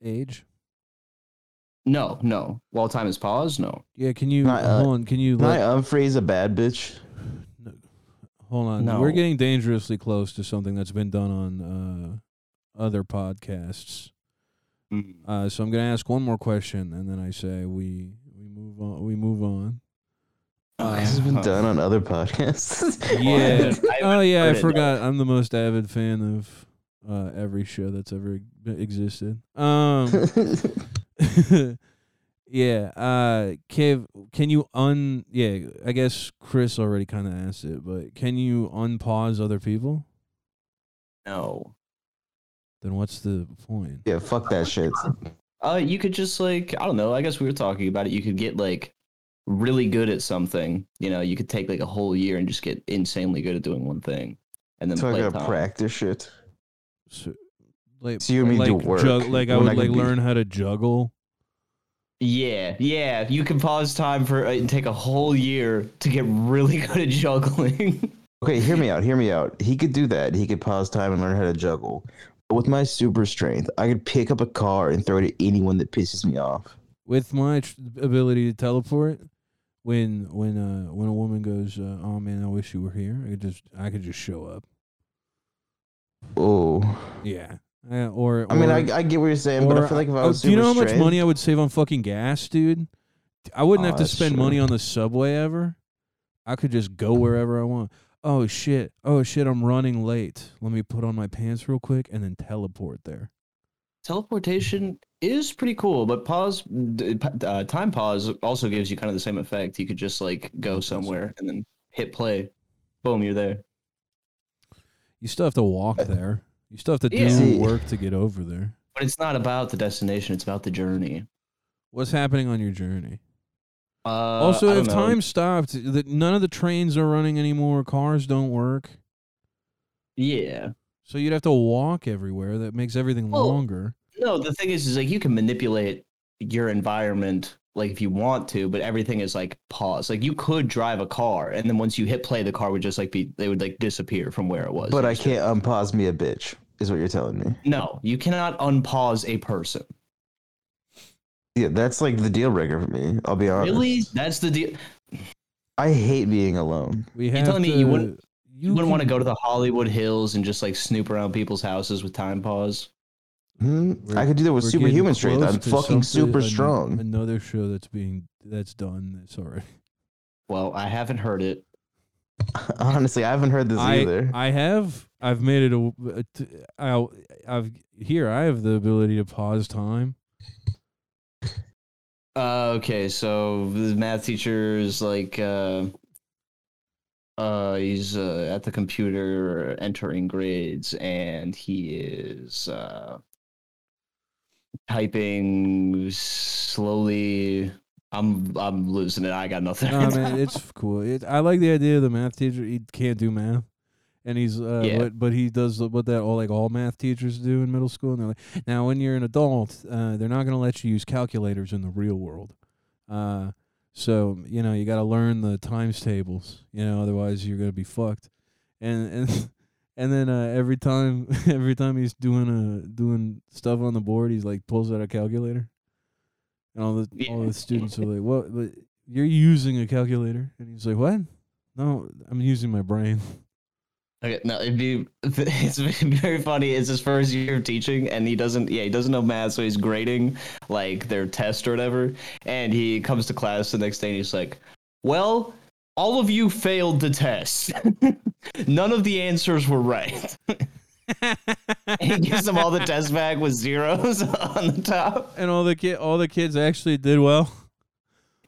Speaker 1: age?
Speaker 2: No, no. While time is paused, no.
Speaker 1: Yeah, can you
Speaker 3: Not, uh,
Speaker 1: hold on? Can you
Speaker 3: Can I
Speaker 1: let,
Speaker 3: unphrase a bad bitch?
Speaker 1: no, hold on? We're
Speaker 2: No.
Speaker 1: getting dangerously close to something that's been done on uh other podcasts.
Speaker 2: Mm.
Speaker 1: Uh, so I'm gonna ask one more question, and then I say we we move on. We move on.
Speaker 2: Okay.
Speaker 3: This has been done on other podcasts.
Speaker 1: Yeah.
Speaker 2: I haven't
Speaker 1: oh yeah, I
Speaker 2: heard it.
Speaker 1: forgot. I'm the most avid fan of uh, every show that's ever existed. Um, yeah. Uh, Kev, can you un? Yeah, I guess Chris already kind of asked it, but can you unpause other people?
Speaker 2: No.
Speaker 1: Then what's the point?
Speaker 3: yeah, fuck that shit.
Speaker 2: Uh, you could just like I don't know. I guess we were talking about it. You could get like really good at something. You know, you could take like a whole year and just get insanely good at doing one thing, and then
Speaker 3: So I
Speaker 2: play
Speaker 3: gotta
Speaker 2: time.
Speaker 3: practice shit.
Speaker 1: So, like,
Speaker 3: So you and me
Speaker 1: like
Speaker 3: do work
Speaker 1: jug- like I
Speaker 3: when
Speaker 1: would
Speaker 3: I could
Speaker 1: like
Speaker 3: be-
Speaker 1: learn how to juggle.
Speaker 2: Yeah, yeah. You can pause time for uh, and take a whole year to get really good at juggling.
Speaker 3: Okay, hear me out. Hear me out. He could do that. He could pause time and learn how to juggle. But with my super strength, I could pick up a car and throw it at anyone that pisses me off.
Speaker 1: with my tr- ability to teleport when when uh when a woman goes uh, oh man i wish you were here i could just i could just show up
Speaker 3: Oh,
Speaker 1: yeah Uh, or,
Speaker 3: I mean,
Speaker 1: or-
Speaker 3: I, I get what you're saying, but I
Speaker 1: or-
Speaker 3: feel like if I
Speaker 1: oh,
Speaker 3: was
Speaker 1: do you know how
Speaker 3: super
Speaker 1: much
Speaker 3: strength-
Speaker 1: money i would save on fucking gas dude i wouldn't
Speaker 3: Oh,
Speaker 1: have to
Speaker 3: that's
Speaker 1: spend
Speaker 3: true.
Speaker 1: money on the subway ever i could just go wherever i want oh shit oh shit i'm running late let me put on my pants real quick and then teleport there
Speaker 2: Teleportation is pretty cool, but pause d- uh, time pause also gives you kind of the same effect. You could just like go somewhere and then hit play, boom, you're there.
Speaker 1: you still have to walk there you still have to do
Speaker 2: Yeah.
Speaker 3: Uh, See-
Speaker 1: work to get over there
Speaker 2: But it's not about the destination; it's about the journey.
Speaker 1: what's happening on your journey
Speaker 2: Uh, I
Speaker 1: Also,
Speaker 2: don't
Speaker 1: if
Speaker 2: know.
Speaker 1: time stopped, that none of the trains are running anymore. Cars don't work,
Speaker 2: yeah,
Speaker 1: so you'd have to walk everywhere. That makes everything
Speaker 2: Well-
Speaker 1: longer.
Speaker 2: no, the thing is, is like you can manipulate your environment, like if you want to, but everything is like paused. Like you could drive a car, and then once you hit play, the car would just like be, they would like disappear from where it was.
Speaker 3: But
Speaker 2: It
Speaker 3: I
Speaker 2: just-
Speaker 3: can't unpause me a bitch, is what you're telling me.
Speaker 2: No, you cannot unpause a person.
Speaker 3: Yeah, that's like the deal breaker for me. I'll be honest.
Speaker 2: Really, that's the deal.
Speaker 3: I hate being alone.
Speaker 1: We have
Speaker 2: telling
Speaker 1: to,
Speaker 2: me you wouldn't-
Speaker 1: You
Speaker 2: You wouldn't want to
Speaker 1: can-
Speaker 2: go to the Hollywood Hills and just like snoop around people's houses with time pause.
Speaker 3: Hmm?
Speaker 1: We're-
Speaker 3: I could do that with
Speaker 1: we're getting
Speaker 3: superhuman strength.
Speaker 1: close
Speaker 3: I'm
Speaker 1: to something-
Speaker 3: fucking super
Speaker 1: an-
Speaker 3: strong.
Speaker 1: Another show that's being that's done. That's already.
Speaker 2: Well, I haven't heard it.
Speaker 3: Honestly, I haven't heard this
Speaker 1: I
Speaker 3: either.
Speaker 1: I have I've made it a, a t- I'll- I've here I have the ability to pause time.
Speaker 2: Uh, okay, so the math teacher is like, uh, uh, he's uh, at the computer entering grades, and he is uh, typing slowly. I'm I'm losing it. I got nothing.
Speaker 1: No, man, it's f- cool. It, I like the idea of the math teacher. He can't do math, and he's uh,
Speaker 2: Yeah.
Speaker 1: but, but he does the- what that all like all math teachers do in middle school. And they're like, now when you're an adult, uh, they're not gonna let you use calculators in the real world. Uh, so you know you got to learn the times tables. You know, otherwise you're gonna be fucked. And and and then uh, every time every time he's doing uh doing stuff on the board, he's like pulls out a calculator, and all the all
Speaker 2: Yeah.
Speaker 1: the students are like, "What?" But you're using a calculator, and he's like, what? No, I'm using my brain.
Speaker 2: Okay, no, it'd be it's very funny. It's his first year of teaching, and he doesn't. Yeah, he doesn't know math, so he's grading like their test or whatever. And he comes to class the next day, and he's like, "Well, all of you failed the test. None of the answers were right." and he gives them all the test back with zeros on the top.
Speaker 1: And all the kid, all the kids actually did well.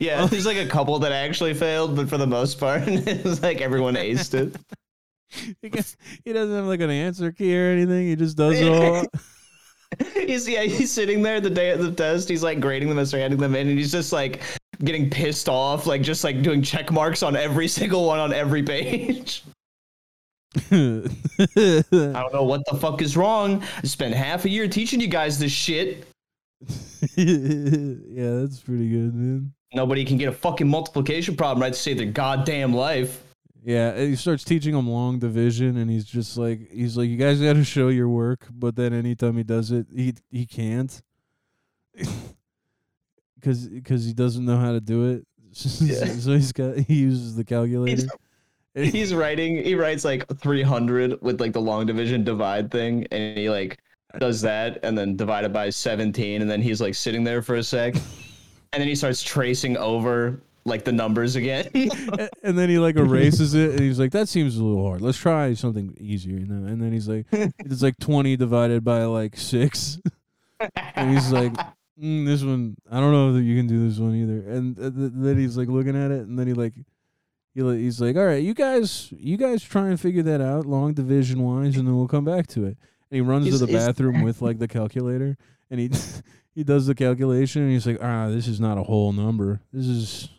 Speaker 2: Yeah, there's like a couple that actually failed, but for the most part, it's like everyone aced it.
Speaker 1: He gets- he doesn't have like an answer key or anything. He just does it all.
Speaker 2: He's yeah, he's sitting there the day of the test. He's like grading them as they're handing them in, and he's just like getting pissed off, like just like doing check marks on every single one on every page. I don't know what the fuck is wrong. I spent half a year teaching you guys this shit.
Speaker 1: yeah, that's pretty good, man.
Speaker 2: Nobody can get a fucking multiplication problem right to save their goddamn life.
Speaker 1: Yeah, and he starts teaching him long division, and he's just like, he's like, you guys got to show your work. But then anytime he does it, he he can't, because he doesn't know how to do it.
Speaker 2: Yeah.
Speaker 1: so he's got he uses the calculator.
Speaker 2: He's writing, he writes like 300 with like the long division divide thing, and he like does that and then divided by 17, and then he's like sitting there for a sec, and then he starts tracing over like the numbers again.
Speaker 1: A- and then he like erases it and he's like that seems a little hard let's try something easier you know and then he's like it's like 20 divided by like 6 and he's like mm, this one i don't know that you can do this one either and th- th- then he's like looking at it and then he like he li- he's like all right you guys you guys try and figure that out long division wise and then we'll come back to it and he runs
Speaker 2: Is-
Speaker 1: to the
Speaker 2: is-
Speaker 1: bathroom with like the calculator and he he does the calculation and he's like ah this is not a whole number this is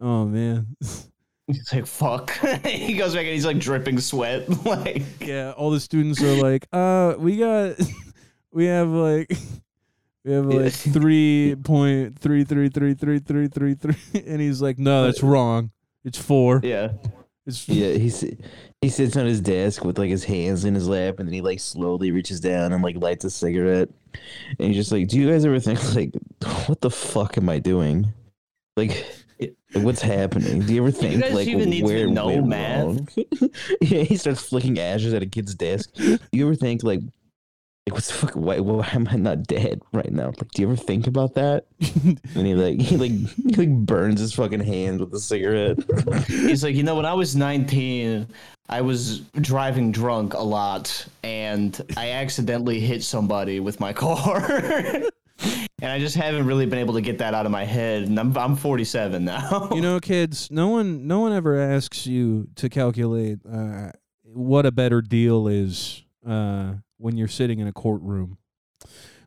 Speaker 1: oh man
Speaker 2: he's like, fuck. he goes back and he's like dripping sweat. like,
Speaker 1: Yeah, all the students are like, uh, we got, we have like, we have
Speaker 2: Yeah.
Speaker 1: like three point three three three three three three three, and he's like, no, that's wrong. It's four.
Speaker 2: yeah.
Speaker 1: It's
Speaker 3: Yeah, he si- he sits on his desk with like his hands in his lap, and then he like slowly reaches down and like lights a cigarette, and he's just like, "Do you guys ever think like, what the fuck am I doing? Like, what's happening? Do you ever think
Speaker 2: guys
Speaker 3: like
Speaker 2: even need to
Speaker 3: where
Speaker 2: know
Speaker 3: went
Speaker 2: math?"
Speaker 3: wrong?" yeah, he starts flicking ashes at a kid's desk. You ever think like, like what's the fuck? Why, why am I not dead right now? Like, do you ever think about that? And he like he like he like burns his fucking hand with a cigarette.
Speaker 2: He's like, you know, when I was 19, I was driving drunk a lot and I accidentally hit somebody with my car. and I just haven't really been able to get that out of my head. And I'm, I'm 47 now.
Speaker 1: you know, kids, no one, no one ever asks you to calculate uh, what a better deal is uh, when you're sitting in a courtroom.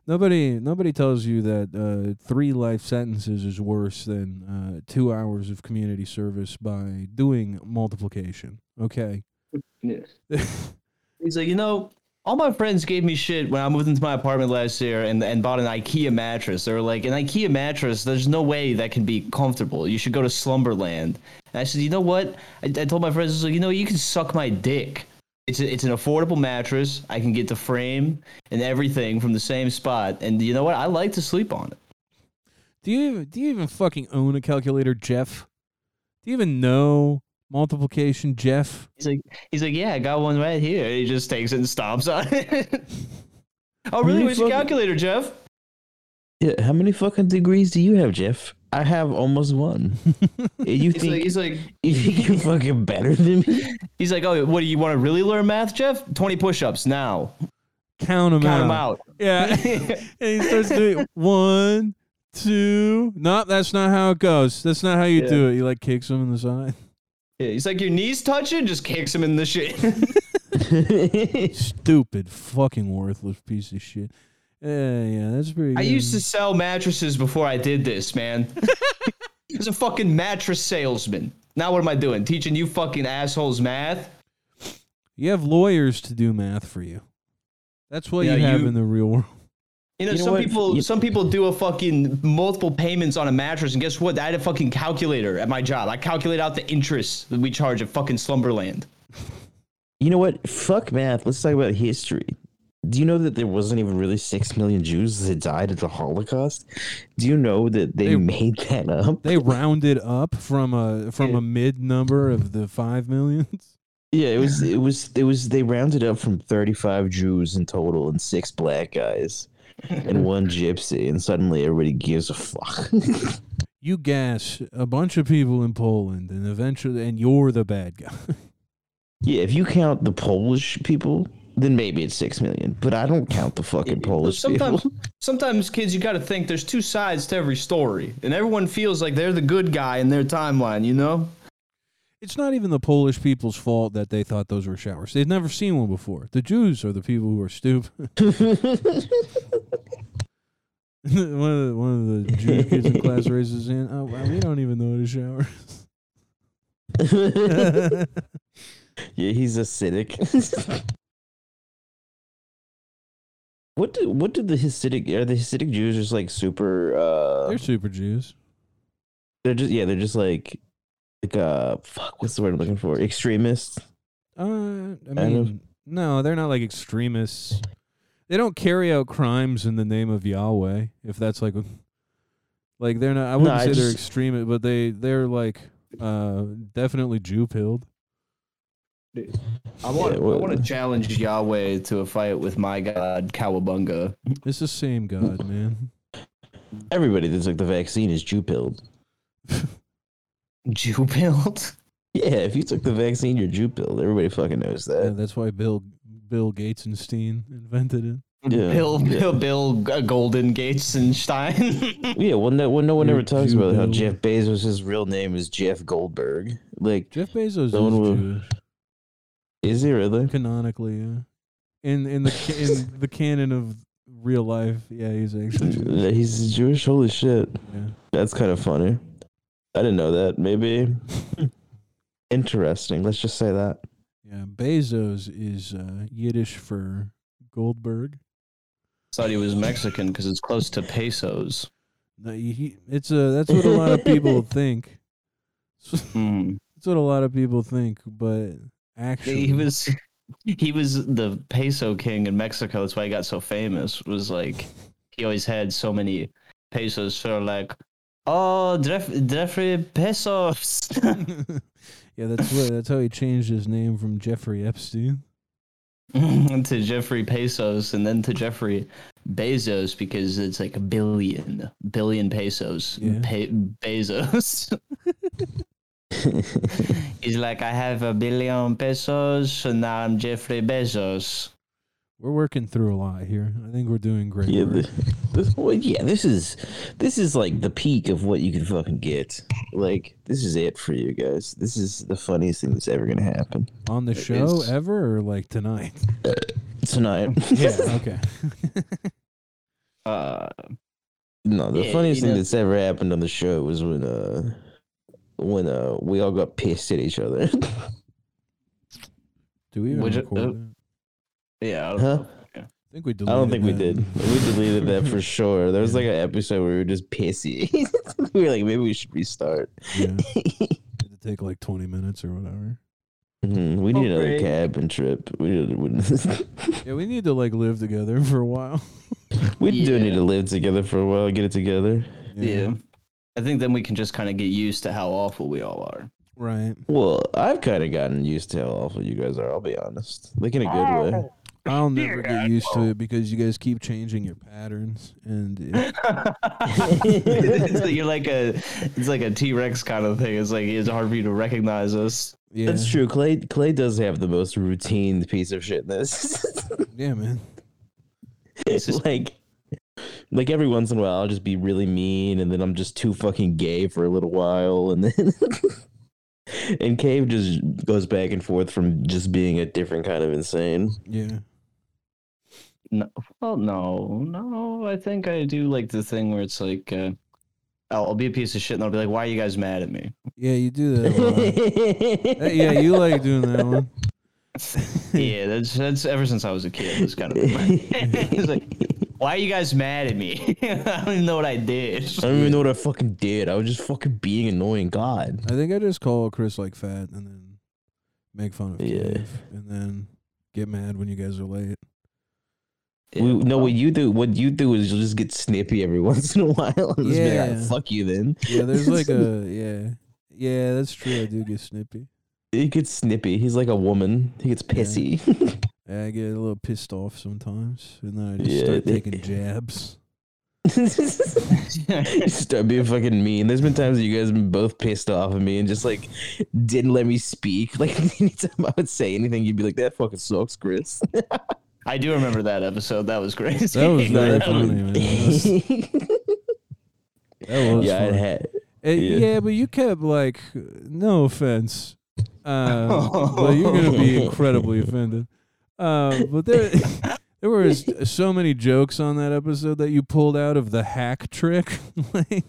Speaker 1: Nobody, nobody tells you that uh, three life sentences is worse than uh, two hours of community service by doing multiplication. Okay.
Speaker 2: He's like, you know, all my friends gave me shit when I moved into my apartment last year and, and bought an IKEA mattress. They were like, an IKEA mattress, there's no way that can be comfortable. You should go to Slumberland. And I said, you know what? I, I told my friends, I was like, you know, you can suck my dick. It's, a, it's an affordable mattress. I can get the frame and everything from the same spot. And you know what? I like to sleep on it.
Speaker 1: Do you do you even fucking own a calculator, Jeff? Do you even know multiplication, Jeff?
Speaker 2: He's like, he's like, yeah, I got one right here. And he just takes it and stomps on it. oh,
Speaker 3: Are
Speaker 2: really?
Speaker 3: you
Speaker 2: Where's your
Speaker 3: fucking-
Speaker 2: calculator, Jeff?
Speaker 3: Yeah, how many fucking degrees do you have, Jeff? I have almost one. you
Speaker 2: He's like,
Speaker 3: think
Speaker 2: he's like,
Speaker 3: you think you're fucking better than me?
Speaker 2: He's like, oh, what do you want to really learn math, Jeff? 20 push ups now.
Speaker 1: Count 'em
Speaker 2: Count them out.
Speaker 1: out. Yeah. and he starts doing one, two. No, that's not how it goes. That's not how you
Speaker 2: Yeah.
Speaker 1: do it. He like kicks him in the side.
Speaker 2: Yeah, he's like, your knees touching? Just kicks him in the shit.
Speaker 1: Stupid, fucking worthless piece of shit. Yeah, yeah, that's pretty. Good.
Speaker 2: I used to sell mattresses before I did this, man. I was a fucking mattress salesman. Now what am I doing? Teaching you fucking assholes math?
Speaker 1: You have lawyers to do math for you. That's what
Speaker 2: Yeah,
Speaker 1: you have
Speaker 2: you-
Speaker 1: in the real world.
Speaker 2: You know,
Speaker 3: You know
Speaker 2: some
Speaker 3: what?
Speaker 2: people
Speaker 3: You-
Speaker 2: some people do a fucking multiple payments on a mattress, and guess what? I had a fucking calculator at my job. I calculate out the interest that we charge at fucking Slumberland.
Speaker 3: you know what? Fuck math. Let's talk about history. do you know that there wasn't even really six million Jews that died at the Holocaust? Do you know that they,
Speaker 1: They-
Speaker 3: made that up?
Speaker 1: They rounded up from a from
Speaker 3: Yeah.
Speaker 1: a mid number of the five millions.
Speaker 3: yeah, it was it was it was they rounded up from thirty five Jews in total and six black guys and one gypsy, and suddenly everybody gives a fuck.
Speaker 1: You gas a bunch of people in Poland, and eventually, and you're the bad guy.
Speaker 3: yeah, if you count the Polish people, then maybe it's six million. But I don't count the fucking Polish
Speaker 2: sometimes,
Speaker 3: people.
Speaker 2: sometimes kids, you got to think there's two sides to every story, and everyone feels like they're the good guy in their timeline. You know?
Speaker 1: It's not even the Polish people's fault that they thought those were showers. They've never seen one before. The Jews are the people who are stupid. one of the, one of the Jew kids in class raises in. Oh, well, we don't even know what a shower.
Speaker 3: yeah,
Speaker 1: is."
Speaker 3: he's acidic. what did what did the Hasidic are the Hasidic Jews just like super? uh
Speaker 1: They're super Jews.
Speaker 3: They're just yeah, they're just like like uh fuck, what's the word I'm looking for? Extremists.
Speaker 1: Uh, I
Speaker 3: of.
Speaker 1: mean, no, they're not like extremists. They don't carry out crimes in the name of Yahweh. If that's like, like they're not. I wouldn't
Speaker 3: I
Speaker 1: say they're
Speaker 3: just-
Speaker 1: extremist, but they they're like uh definitely Jew pilled.
Speaker 2: I want,
Speaker 3: Yeah,
Speaker 2: I
Speaker 3: well-
Speaker 2: want to challenge Yahweh to a fight with my god Cowabunga.
Speaker 1: It's the same God, man.
Speaker 3: Everybody that took the vaccine is Jew pilled.
Speaker 2: Jew build.
Speaker 3: Yeah, if you took the vaccine, you're Jew pilled. Everybody fucking knows
Speaker 1: Yeah,
Speaker 3: that.
Speaker 1: that's why Bill Bill Gates and Steen invented it.
Speaker 3: Yeah.
Speaker 2: Bill, Bill, Bill, uh, Golden Gates and Stein.
Speaker 3: Yeah, well, no, well, no one
Speaker 1: You're
Speaker 3: ever talks
Speaker 1: Jew
Speaker 3: about how
Speaker 1: pilled.
Speaker 3: Jeff Bezos' real name is Jeff Goldberg. Like,
Speaker 1: Jeff Bezos is
Speaker 3: Someone will-
Speaker 1: Jewish,
Speaker 3: is he really?
Speaker 1: canonically. Yeah. In in the ca- in the canon of real life, yeah, he's actually Jewish.
Speaker 3: Yeah, Mm, He's Jewish. Holy shit,
Speaker 1: Yeah.
Speaker 3: that's kind of funny. I didn't know that. Maybe interesting. Let's just say that.
Speaker 1: Yeah, Bezos is uh, Yiddish for Goldberg.
Speaker 2: Thought he was Mexican because it's close to pesos.
Speaker 1: No, he- he- it's a that's what a lot of people think. That's
Speaker 2: Hmm.
Speaker 1: what a lot of people think, but actually,
Speaker 2: He was he was the peso king in Mexico. That's why he got so famous. Was like he always had so many pesos for like oh Dref- Jeffrey pesos.
Speaker 1: yeah, that's what that's how he changed his name from Jeffrey Epstein.
Speaker 2: to Jeffrey Pesos and then to Jeffrey Bezos because it's like a billion billion pesos.
Speaker 1: Yeah.
Speaker 2: Pe- Bezos. He's like I have a billion pesos and now I'm Jeffrey Bezos.
Speaker 1: We're working through a lot here. I think we're doing great.
Speaker 3: yeah,
Speaker 1: work.
Speaker 3: th- this, well, yeah. This is this is like the peak of what you can fucking get. Like, this is it for you guys. This is the funniest thing that's ever gonna happen
Speaker 1: On the
Speaker 2: it
Speaker 1: show
Speaker 2: is-
Speaker 1: ever or like tonight?
Speaker 3: tonight.
Speaker 1: yeah, okay.
Speaker 2: Uh,
Speaker 3: No, the
Speaker 2: Yeah, you
Speaker 3: funniest thing
Speaker 2: know-
Speaker 3: that's ever happened on the show was when uh when uh we all got pissed at each other.
Speaker 1: Do we even
Speaker 2: Would you-
Speaker 1: record
Speaker 2: uh,
Speaker 1: that?
Speaker 2: yeah. I don't
Speaker 3: huh?
Speaker 2: know.
Speaker 1: I think we
Speaker 3: I
Speaker 1: deleted.
Speaker 3: don't think we
Speaker 1: that.
Speaker 3: did. We deleted that for sure. There was like an episode where we were just pissy. we were like, maybe we should restart.
Speaker 1: Yeah. It'd take like 20 minutes or whatever.
Speaker 3: Mhm, We need another
Speaker 2: Okay.
Speaker 3: cabin trip. We need- we
Speaker 1: Yeah, we need to like live together for a while.
Speaker 3: we do
Speaker 2: Yeah.
Speaker 3: need to live together for a while. Get it together.
Speaker 2: Yeah. I think then we can just kind of get used to how awful we all are.
Speaker 1: Right.
Speaker 3: Well, I've kind of gotten used to how awful you guys are. I'll be honest, like in a good way.
Speaker 1: I'll never get used to it because you guys keep changing your patterns and it-
Speaker 2: It's like- You're like a, it's like a T Rex kind of thing. It's like it's hard for you to recognize us.
Speaker 1: yeah.
Speaker 3: That's true. Clay Clay does have the most routine piece of shitness.
Speaker 1: Yeah, man.
Speaker 3: It's
Speaker 2: just-
Speaker 3: like like every once in a while I'll just be really mean and then I'm just too fucking gay for a little while and then and Cave just goes back and forth from just being a different kind of insane.
Speaker 1: Yeah.
Speaker 2: Well, no, no. I think I do like the thing where it's like, uh, I'll, I'll be a piece of shit and I'll be like, why are you guys mad at me?
Speaker 1: Yeah, you do that. a lot. Uh, yeah, you like doing that one.
Speaker 2: yeah, that's that's ever since I was a kid. It's kind of it's like, why are you guys mad at me? I don't even know what I did.
Speaker 3: I don't even know what I fucking did. I was just fucking being annoying God.
Speaker 1: I think I just call Chris like fat and then make fun of
Speaker 3: Yeah.
Speaker 1: Kev and then get mad when you guys are late.
Speaker 3: We, no, what you do, what you do is you'll just get snippy every once in a while, and just be like, "Alright,
Speaker 1: Yeah.
Speaker 3: "Fuck you." Then
Speaker 1: Yeah, there's like a yeah, yeah. That's true. I do get snippy.
Speaker 3: he gets snippy. He's like a woman. He gets
Speaker 1: Yeah.
Speaker 3: pissy.
Speaker 1: I get a little pissed off sometimes, and then I just
Speaker 3: Yeah,
Speaker 1: start
Speaker 3: they-
Speaker 1: taking jabs.
Speaker 3: Start being fucking mean. There's been times that you guys have been both pissed off at me and just like didn't let me speak. Like anytime I would say anything, you'd be like, "That fucking sucks, Chris."
Speaker 2: I do remember that episode. That was great.
Speaker 1: That was very
Speaker 2: That was-
Speaker 1: funny, man. That was, that was
Speaker 3: yeah, it
Speaker 1: fun.
Speaker 3: had.
Speaker 1: Eh,
Speaker 3: yeah.
Speaker 1: yeah, but you kept like, no offense, uh, but you're gonna be incredibly offended. Uh, but there, there were s- so many jokes on that episode that you pulled out of the hack trick. like,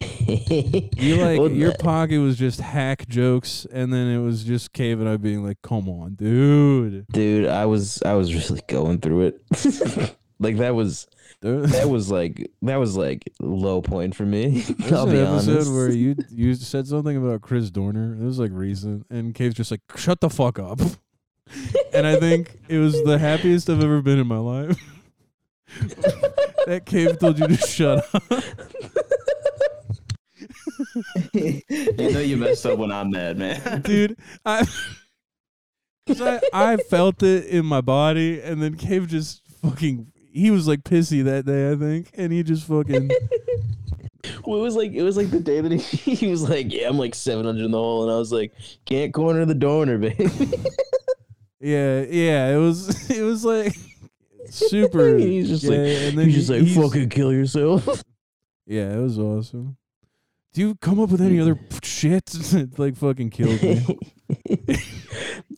Speaker 1: you like
Speaker 3: Well,
Speaker 1: your
Speaker 3: that-
Speaker 1: pocket was just hack jokes, and then it was just Cave and I being like, "Come on, dude."
Speaker 3: dude. I was I was really going through it. like that was
Speaker 1: There-
Speaker 3: that was like that was like low point for me.
Speaker 1: This
Speaker 3: I'll
Speaker 1: is an
Speaker 3: be
Speaker 1: episode
Speaker 3: honest.
Speaker 1: where you you said something about Chris Dorner. It was like recent, and Cave's just like, "Shut the fuck up." and I think it was the happiest I've ever been in my life. that Cave told you to shut up.
Speaker 2: you know you messed up when I'm mad, man.
Speaker 1: dude. I, 'Cause I I felt it in my body, and then Cave just fucking. He was like pissy that day, I think, and he just fucking.
Speaker 3: Well, it was like it was like the day that he, he was like, "Yeah, I'm like 700 in the hole," and I was like, "Can't corner the donor, baby."
Speaker 1: yeah, yeah. It was it was like super.
Speaker 3: He's just like-
Speaker 1: yeah, and
Speaker 3: He's just like,
Speaker 1: he's-
Speaker 3: "Fucking kill yourself."
Speaker 1: Yeah, it was awesome. Do you come up with any other shit? it like fucking killed me.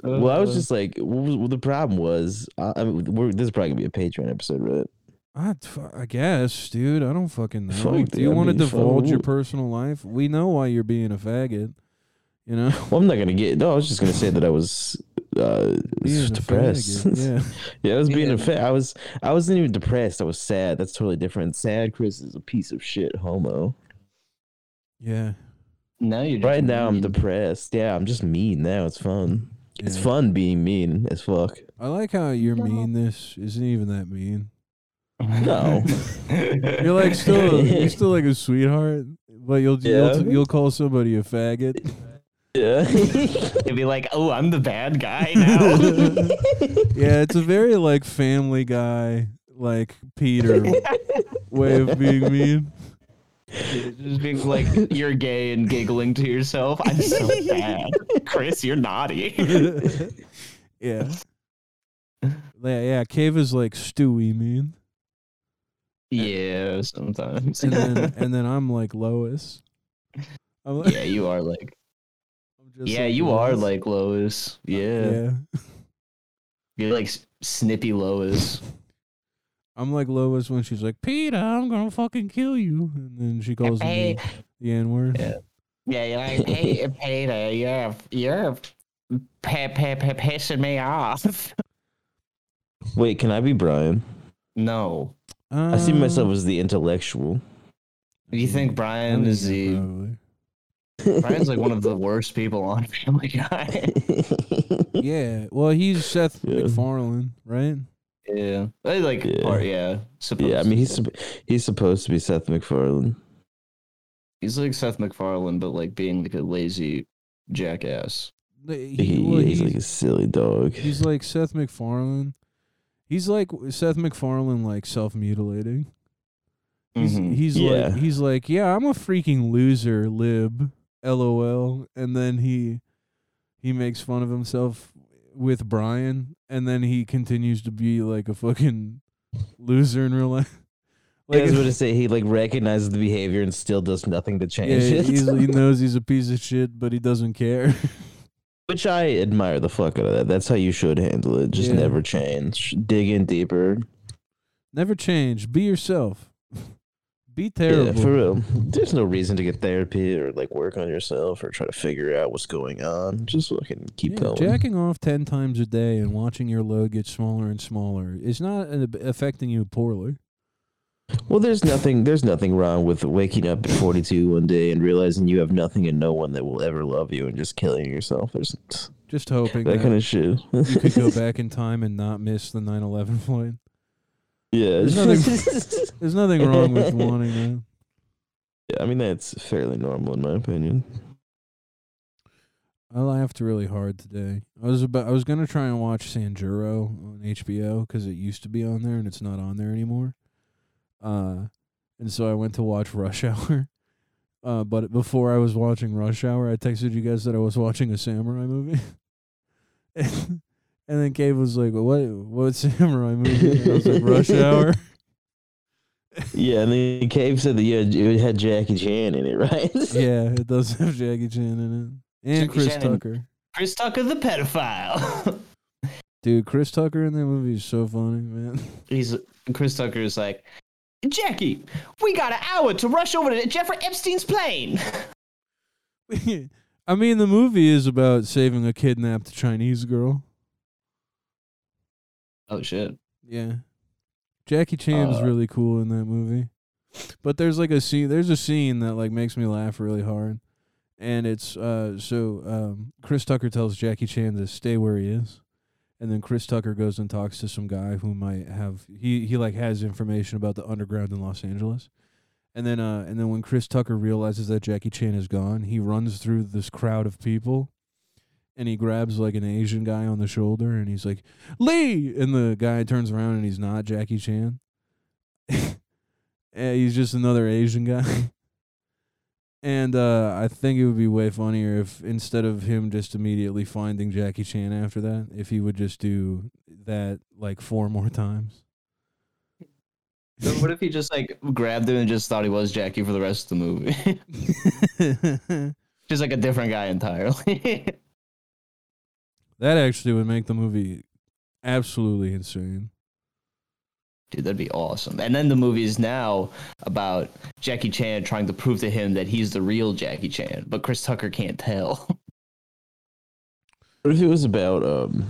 Speaker 3: well, I
Speaker 2: Uh-huh.
Speaker 3: was just like, what was, well, the problem was, I, I mean, we're, this is probably gonna be a Patreon episode, right?
Speaker 1: I, fu- I guess, dude. I don't fucking know.
Speaker 3: Fuck,
Speaker 1: Do
Speaker 3: dude,
Speaker 1: you
Speaker 3: I
Speaker 1: want to
Speaker 3: mean, fuck,
Speaker 1: divulge your
Speaker 3: ooh.
Speaker 1: personal life? We know why you're being a faggot. You know,
Speaker 3: Well, I'm not gonna get. No, I was just gonna say that I was uh,
Speaker 1: being a
Speaker 3: depressed.
Speaker 1: faggot. Yeah.
Speaker 3: Yeah, I was being
Speaker 2: Yeah.
Speaker 3: a fa- I was I wasn't even depressed. I was sad. That's totally different. Sad Chris is a piece of shit homo.
Speaker 1: Yeah.
Speaker 2: now you're just
Speaker 3: Right now I'm
Speaker 2: mean.
Speaker 3: depressed. Yeah, I'm just mean now. It's fun. It's
Speaker 1: yeah.
Speaker 3: fun being mean as fuck.
Speaker 1: I like how your meanness isn't even that mean.
Speaker 3: No.
Speaker 1: You're like still you're still like a sweetheart, but you'll
Speaker 3: Yeah.
Speaker 1: you'll, you'll call somebody a faggot.
Speaker 3: Yeah.
Speaker 2: You'd be like, oh, I'm the bad guy now.
Speaker 1: yeah, it's a very like family guy like Peter way of being mean.
Speaker 2: just being like, you're gay and giggling to yourself. I'm so bad. Chris, you're naughty.
Speaker 1: yeah. Yeah, yeah, Cave is like Stewie mean.
Speaker 2: Yeah, sometimes.
Speaker 1: And then and then I'm like Lois. I'm like,
Speaker 2: yeah, you are like.
Speaker 1: I'm just
Speaker 2: Yeah, you are
Speaker 1: Lois.
Speaker 2: like Lois. Yeah.
Speaker 1: Yeah.
Speaker 2: You're like s- snippy Lois.
Speaker 1: I'm like Lois when she's like, Peter, I'm gonna fucking kill you. And then she calls me the N word.
Speaker 2: Yeah. Yeah, you're like, hey, Peter, you're, you're pe- pe- pe- pissing me off.
Speaker 3: Wait, can I be Brian?
Speaker 2: No.
Speaker 3: I see
Speaker 2: Um,
Speaker 3: myself as the intellectual.
Speaker 2: Do you think Brian is the.
Speaker 1: Um, Probably.
Speaker 2: Brian's like one of the worst people on Family Guy.
Speaker 1: Yeah. Well, he's Seth
Speaker 3: Yeah.
Speaker 1: MacFarlane, right?
Speaker 2: Yeah. I like,
Speaker 3: Yeah.
Speaker 2: Part, yeah. Supposed
Speaker 3: yeah, I mean he's supp- he's supposed to be Seth MacFarlane.
Speaker 2: He's like Seth MacFarlane, but like being like a lazy jackass.
Speaker 1: He-
Speaker 3: He,
Speaker 1: well,
Speaker 3: he's like a silly dog.
Speaker 1: he's like Seth MacFarlane. He's like Seth MacFarlane, like self mutilating. He's,
Speaker 2: Mhm.
Speaker 1: he's
Speaker 3: Mm-hmm. Yeah.
Speaker 1: like he's like yeah I'm a freaking loser lib lol and then he he makes fun of himself with Brian and then he continues to be like a fucking loser in real life
Speaker 3: Like, I was
Speaker 1: if-
Speaker 3: going to say he like recognizes the behavior and still does nothing to
Speaker 1: yeah,
Speaker 3: change it,
Speaker 1: he's, he knows he's a piece of shit but he doesn't care
Speaker 3: which I admire the fuck out of that. That's how you should handle it. Just
Speaker 1: Yeah.
Speaker 3: never change. Dig in deeper.
Speaker 1: never change be yourself be
Speaker 3: Yeah,
Speaker 1: terrible
Speaker 3: for real. There's no reason to get therapy or like work on yourself or try to figure out what's going on. Just fucking keep
Speaker 1: Yeah,
Speaker 3: going.
Speaker 1: Jacking off 10 times a day and watching your load get smaller and smaller is not uh, affecting you poorly.
Speaker 3: Well, there's nothing. There's nothing wrong with waking up at 42 one day and realizing you have nothing and no one that will ever love you and just killing yourself. There's
Speaker 1: Just hoping
Speaker 3: that
Speaker 1: that,
Speaker 3: kind of shit.
Speaker 1: you could go back in time and not miss the 9/11 flight.
Speaker 3: Yeah,
Speaker 1: There's nothing, there's nothing wrong with wanting that.
Speaker 3: yeah, I mean that's fairly normal in my opinion.
Speaker 1: I laughed really hard today. I was about I was gonna try and watch Sanjuro on HBO because it used to be on there and it's not on there anymore. Uh, and so I went to watch Rush Hour. Uh, but before I was watching Rush Hour, I texted you guys that I was watching a samurai movie. and then Gabe was like, well, "What? What samurai movie?" And I was like, "Rush Hour."
Speaker 3: Yeah, and the cave said that yeah, it had Jackie Chan in it, right?
Speaker 1: yeah, it does have Jackie Chan in it and
Speaker 2: Jackie
Speaker 1: Chris
Speaker 2: Chan and-
Speaker 1: Tucker.
Speaker 2: Chris Tucker, the pedophile.
Speaker 1: Dude, Chris Tucker in that movie is so funny, man.
Speaker 2: He's Chris Tucker is like, Jackie, we got an hour to rush over to Jeffrey Epstein's plane.
Speaker 1: I mean, the movie is about saving a kidnapped Chinese girl.
Speaker 2: Oh shit.
Speaker 1: Yeah. Jackie Chan's
Speaker 2: Uh,
Speaker 1: really cool in that movie. But there's like a scene there's a scene that like makes me laugh really hard. And it's uh so um Chris Tucker tells Jackie Chan to stay where he is. And then Chris Tucker goes and talks to some guy who might have he he like has information about the underground in Los Angeles. And then uh and then when Chris Tucker realizes that Jackie Chan is gone, he runs through this crowd of people and he grabs like an Asian guy on the shoulder and he's like Lee, and the guy turns around and he's not Jackie Chan. Eh, he's just another Asian guy. and uh, I think it would be way funnier if instead of him just immediately finding Jackie Chan after that, if he would just do that like four more times.
Speaker 2: What if he just like grabbed him and just thought he was Jackie for the rest of the movie?
Speaker 1: that
Speaker 2: just like a different guy entirely.
Speaker 1: actually would make the movie absolutely insane.
Speaker 2: Dude, that'd be awesome. And then the movie is now about Jackie Chan trying to prove to him that he's the real Jackie Chan, but Chris Tucker can't tell.
Speaker 3: What if it was about um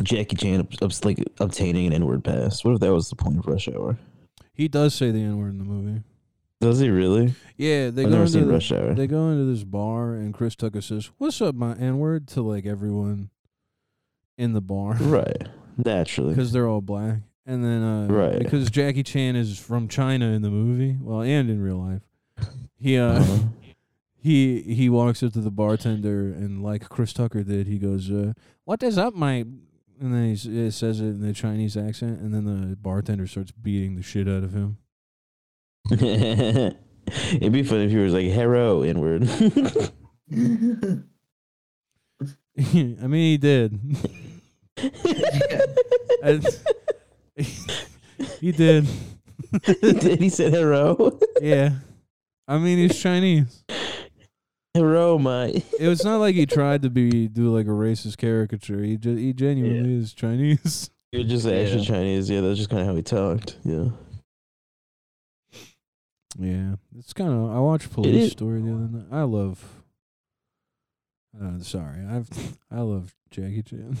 Speaker 3: Jackie Chan up, ups- like obtaining an inward pass? What if that was the point of Rush Hour?
Speaker 1: He does say the N word in the movie.
Speaker 3: Does he really?
Speaker 1: Yeah, they go
Speaker 3: I've never
Speaker 1: into
Speaker 3: seen
Speaker 1: the-
Speaker 3: Rush Hour.
Speaker 1: They go into this bar and Chris Tucker says, "What's up, my N word?" to like everyone in the bar
Speaker 3: right, naturally.
Speaker 1: because they're all black. And then uh,
Speaker 3: Right.
Speaker 1: because Jackie Chan is from China in the movie, well, and in real life, he uh,
Speaker 3: Uh-huh.
Speaker 1: he he walks up to the bartender and like Chris Tucker did, he goes, uh, "What is up, my?" And then he s- uh, says it in the Chinese accent, and then the bartender starts beating the shit out of him.
Speaker 3: It'd be funny if he was like hero inward.
Speaker 1: I mean, he did. I- he did.
Speaker 3: Did he said hero?
Speaker 1: yeah. I mean, he's Chinese.
Speaker 3: Hero, my.
Speaker 1: It was not like he tried to be do like a racist caricature. He just he genuinely is Chinese.
Speaker 3: You're just actually Chinese. Yeah, that's just kind of how he talked. Yeah.
Speaker 1: Yeah, it's kind of. I watched Police
Speaker 3: is-
Speaker 1: Story the other night. I love. Uh, sorry, I've I love Jackie Chan.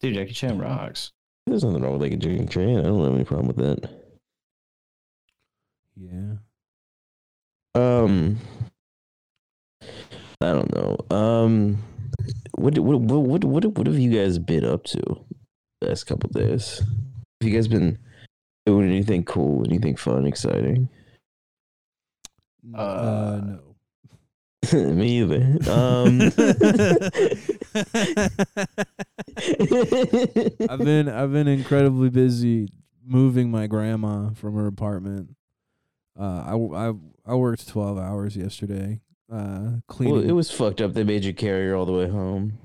Speaker 2: Dude, Jackie Chan rocks.
Speaker 3: There's nothing wrong with like a drinking train. I don't have any problem with that.
Speaker 1: Yeah,
Speaker 3: Um, I don't know. Um, what what what what what, what have you guys been up to the last couple days? Have you guys been doing anything cool, anything fun, exciting?
Speaker 1: N- uh,
Speaker 2: Uh,
Speaker 1: no.
Speaker 3: Me either. Um,
Speaker 1: I've been I've been incredibly busy moving my grandma from her apartment. Uh, I w- I w- I worked twelve hours yesterday. Uh, cleaning.
Speaker 3: well, it was fucked up. They made you carry her all the way home.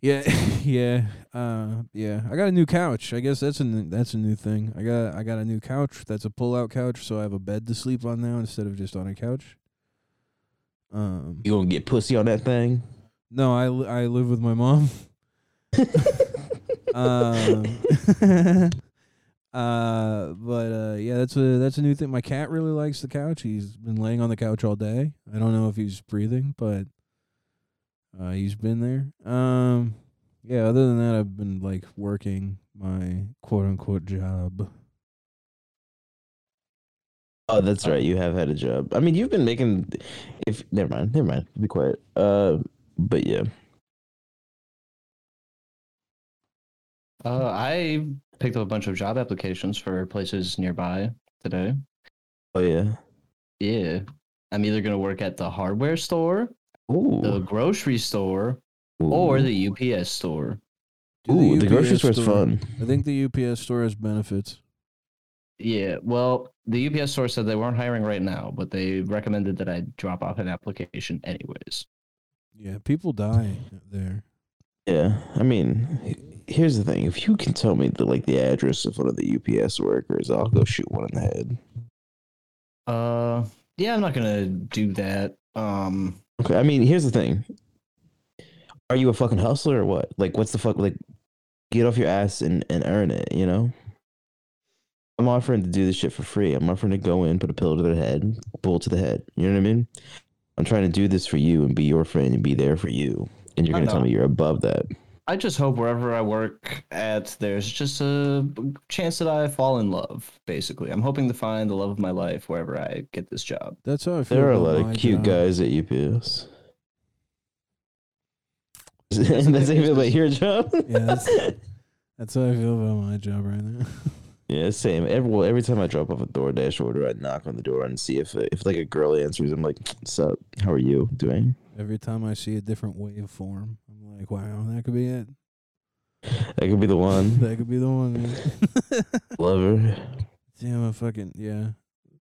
Speaker 1: yeah, yeah, uh, yeah. I got a new couch. I guess that's a new, that's a new thing. I got I got a new couch. That's a pull out couch, so I have a bed to sleep on now instead of just on a couch. Um,
Speaker 3: You gonna get pussy on that thing?
Speaker 1: no, I li- I live with my mom. um, uh, but uh, yeah, that's a that's a new thing. My cat really likes the couch. He's been laying on the couch all day. I don't know if he's breathing, but uh, he's been there. Um, yeah. Other than that, I've been like working my quote unquote job.
Speaker 3: Oh, that's right. You have had a job. I mean, you've been making. If never mind, never mind. Be quiet. Uh, but yeah.
Speaker 2: Uh, I picked up a bunch of job applications for places nearby today.
Speaker 3: Oh yeah.
Speaker 2: Yeah. I'm either going to work at the hardware store,
Speaker 3: Ooh.
Speaker 2: the grocery store, or
Speaker 3: Ooh.
Speaker 2: the UPS store.
Speaker 3: Ooh, the, grocery
Speaker 1: UPS
Speaker 3: store's
Speaker 1: store-
Speaker 3: fun.
Speaker 1: I think the UPS store has benefits.
Speaker 2: Yeah. Well, the UPS store said they weren't hiring right now, but they recommended that I drop off an application anyways.
Speaker 1: Yeah, people die there.
Speaker 3: Yeah, I mean, h- here's the thing: if you can tell me the like the address of one of the UPS workers, I'll go shoot one in the head.
Speaker 2: Uh, yeah, I'm not going to do that. Um,
Speaker 3: Okay, I mean, here's the thing: are you a fucking hustler or what? Like, what's the fuck? Like, get off your ass and and earn it. You know. I'm offering to do this shit for free. I'm offering to go in, put a pillow to their head, bull to the head. You know what I mean? I'm trying to do this for you and be your friend and be there for you. And you're
Speaker 2: I
Speaker 3: gonna tell
Speaker 2: know.
Speaker 3: me you're above that.
Speaker 2: I just hope wherever I work at, there's just a b- chance that I fall in love, basically. I'm hoping to find the love of my life wherever I get this job.
Speaker 1: That's how I feel.
Speaker 3: There are a
Speaker 1: about
Speaker 3: lot
Speaker 1: my
Speaker 3: of cute
Speaker 1: job.
Speaker 3: guys at UPS. And that's how you feel about your job.
Speaker 1: Yeah, that's, that's how I feel about my job right now.
Speaker 3: yeah, same. Every well, every time I drop off a DoorDash order, I knock on the door and see if if like a girl answers. I'm like, "What's up? How are you doing?"
Speaker 1: Every time I see a different waveform, I'm like, wow, that could be it.
Speaker 3: That could be the one.
Speaker 1: that could be the one. Man.
Speaker 3: Lover.
Speaker 1: Damn, I fucking yeah.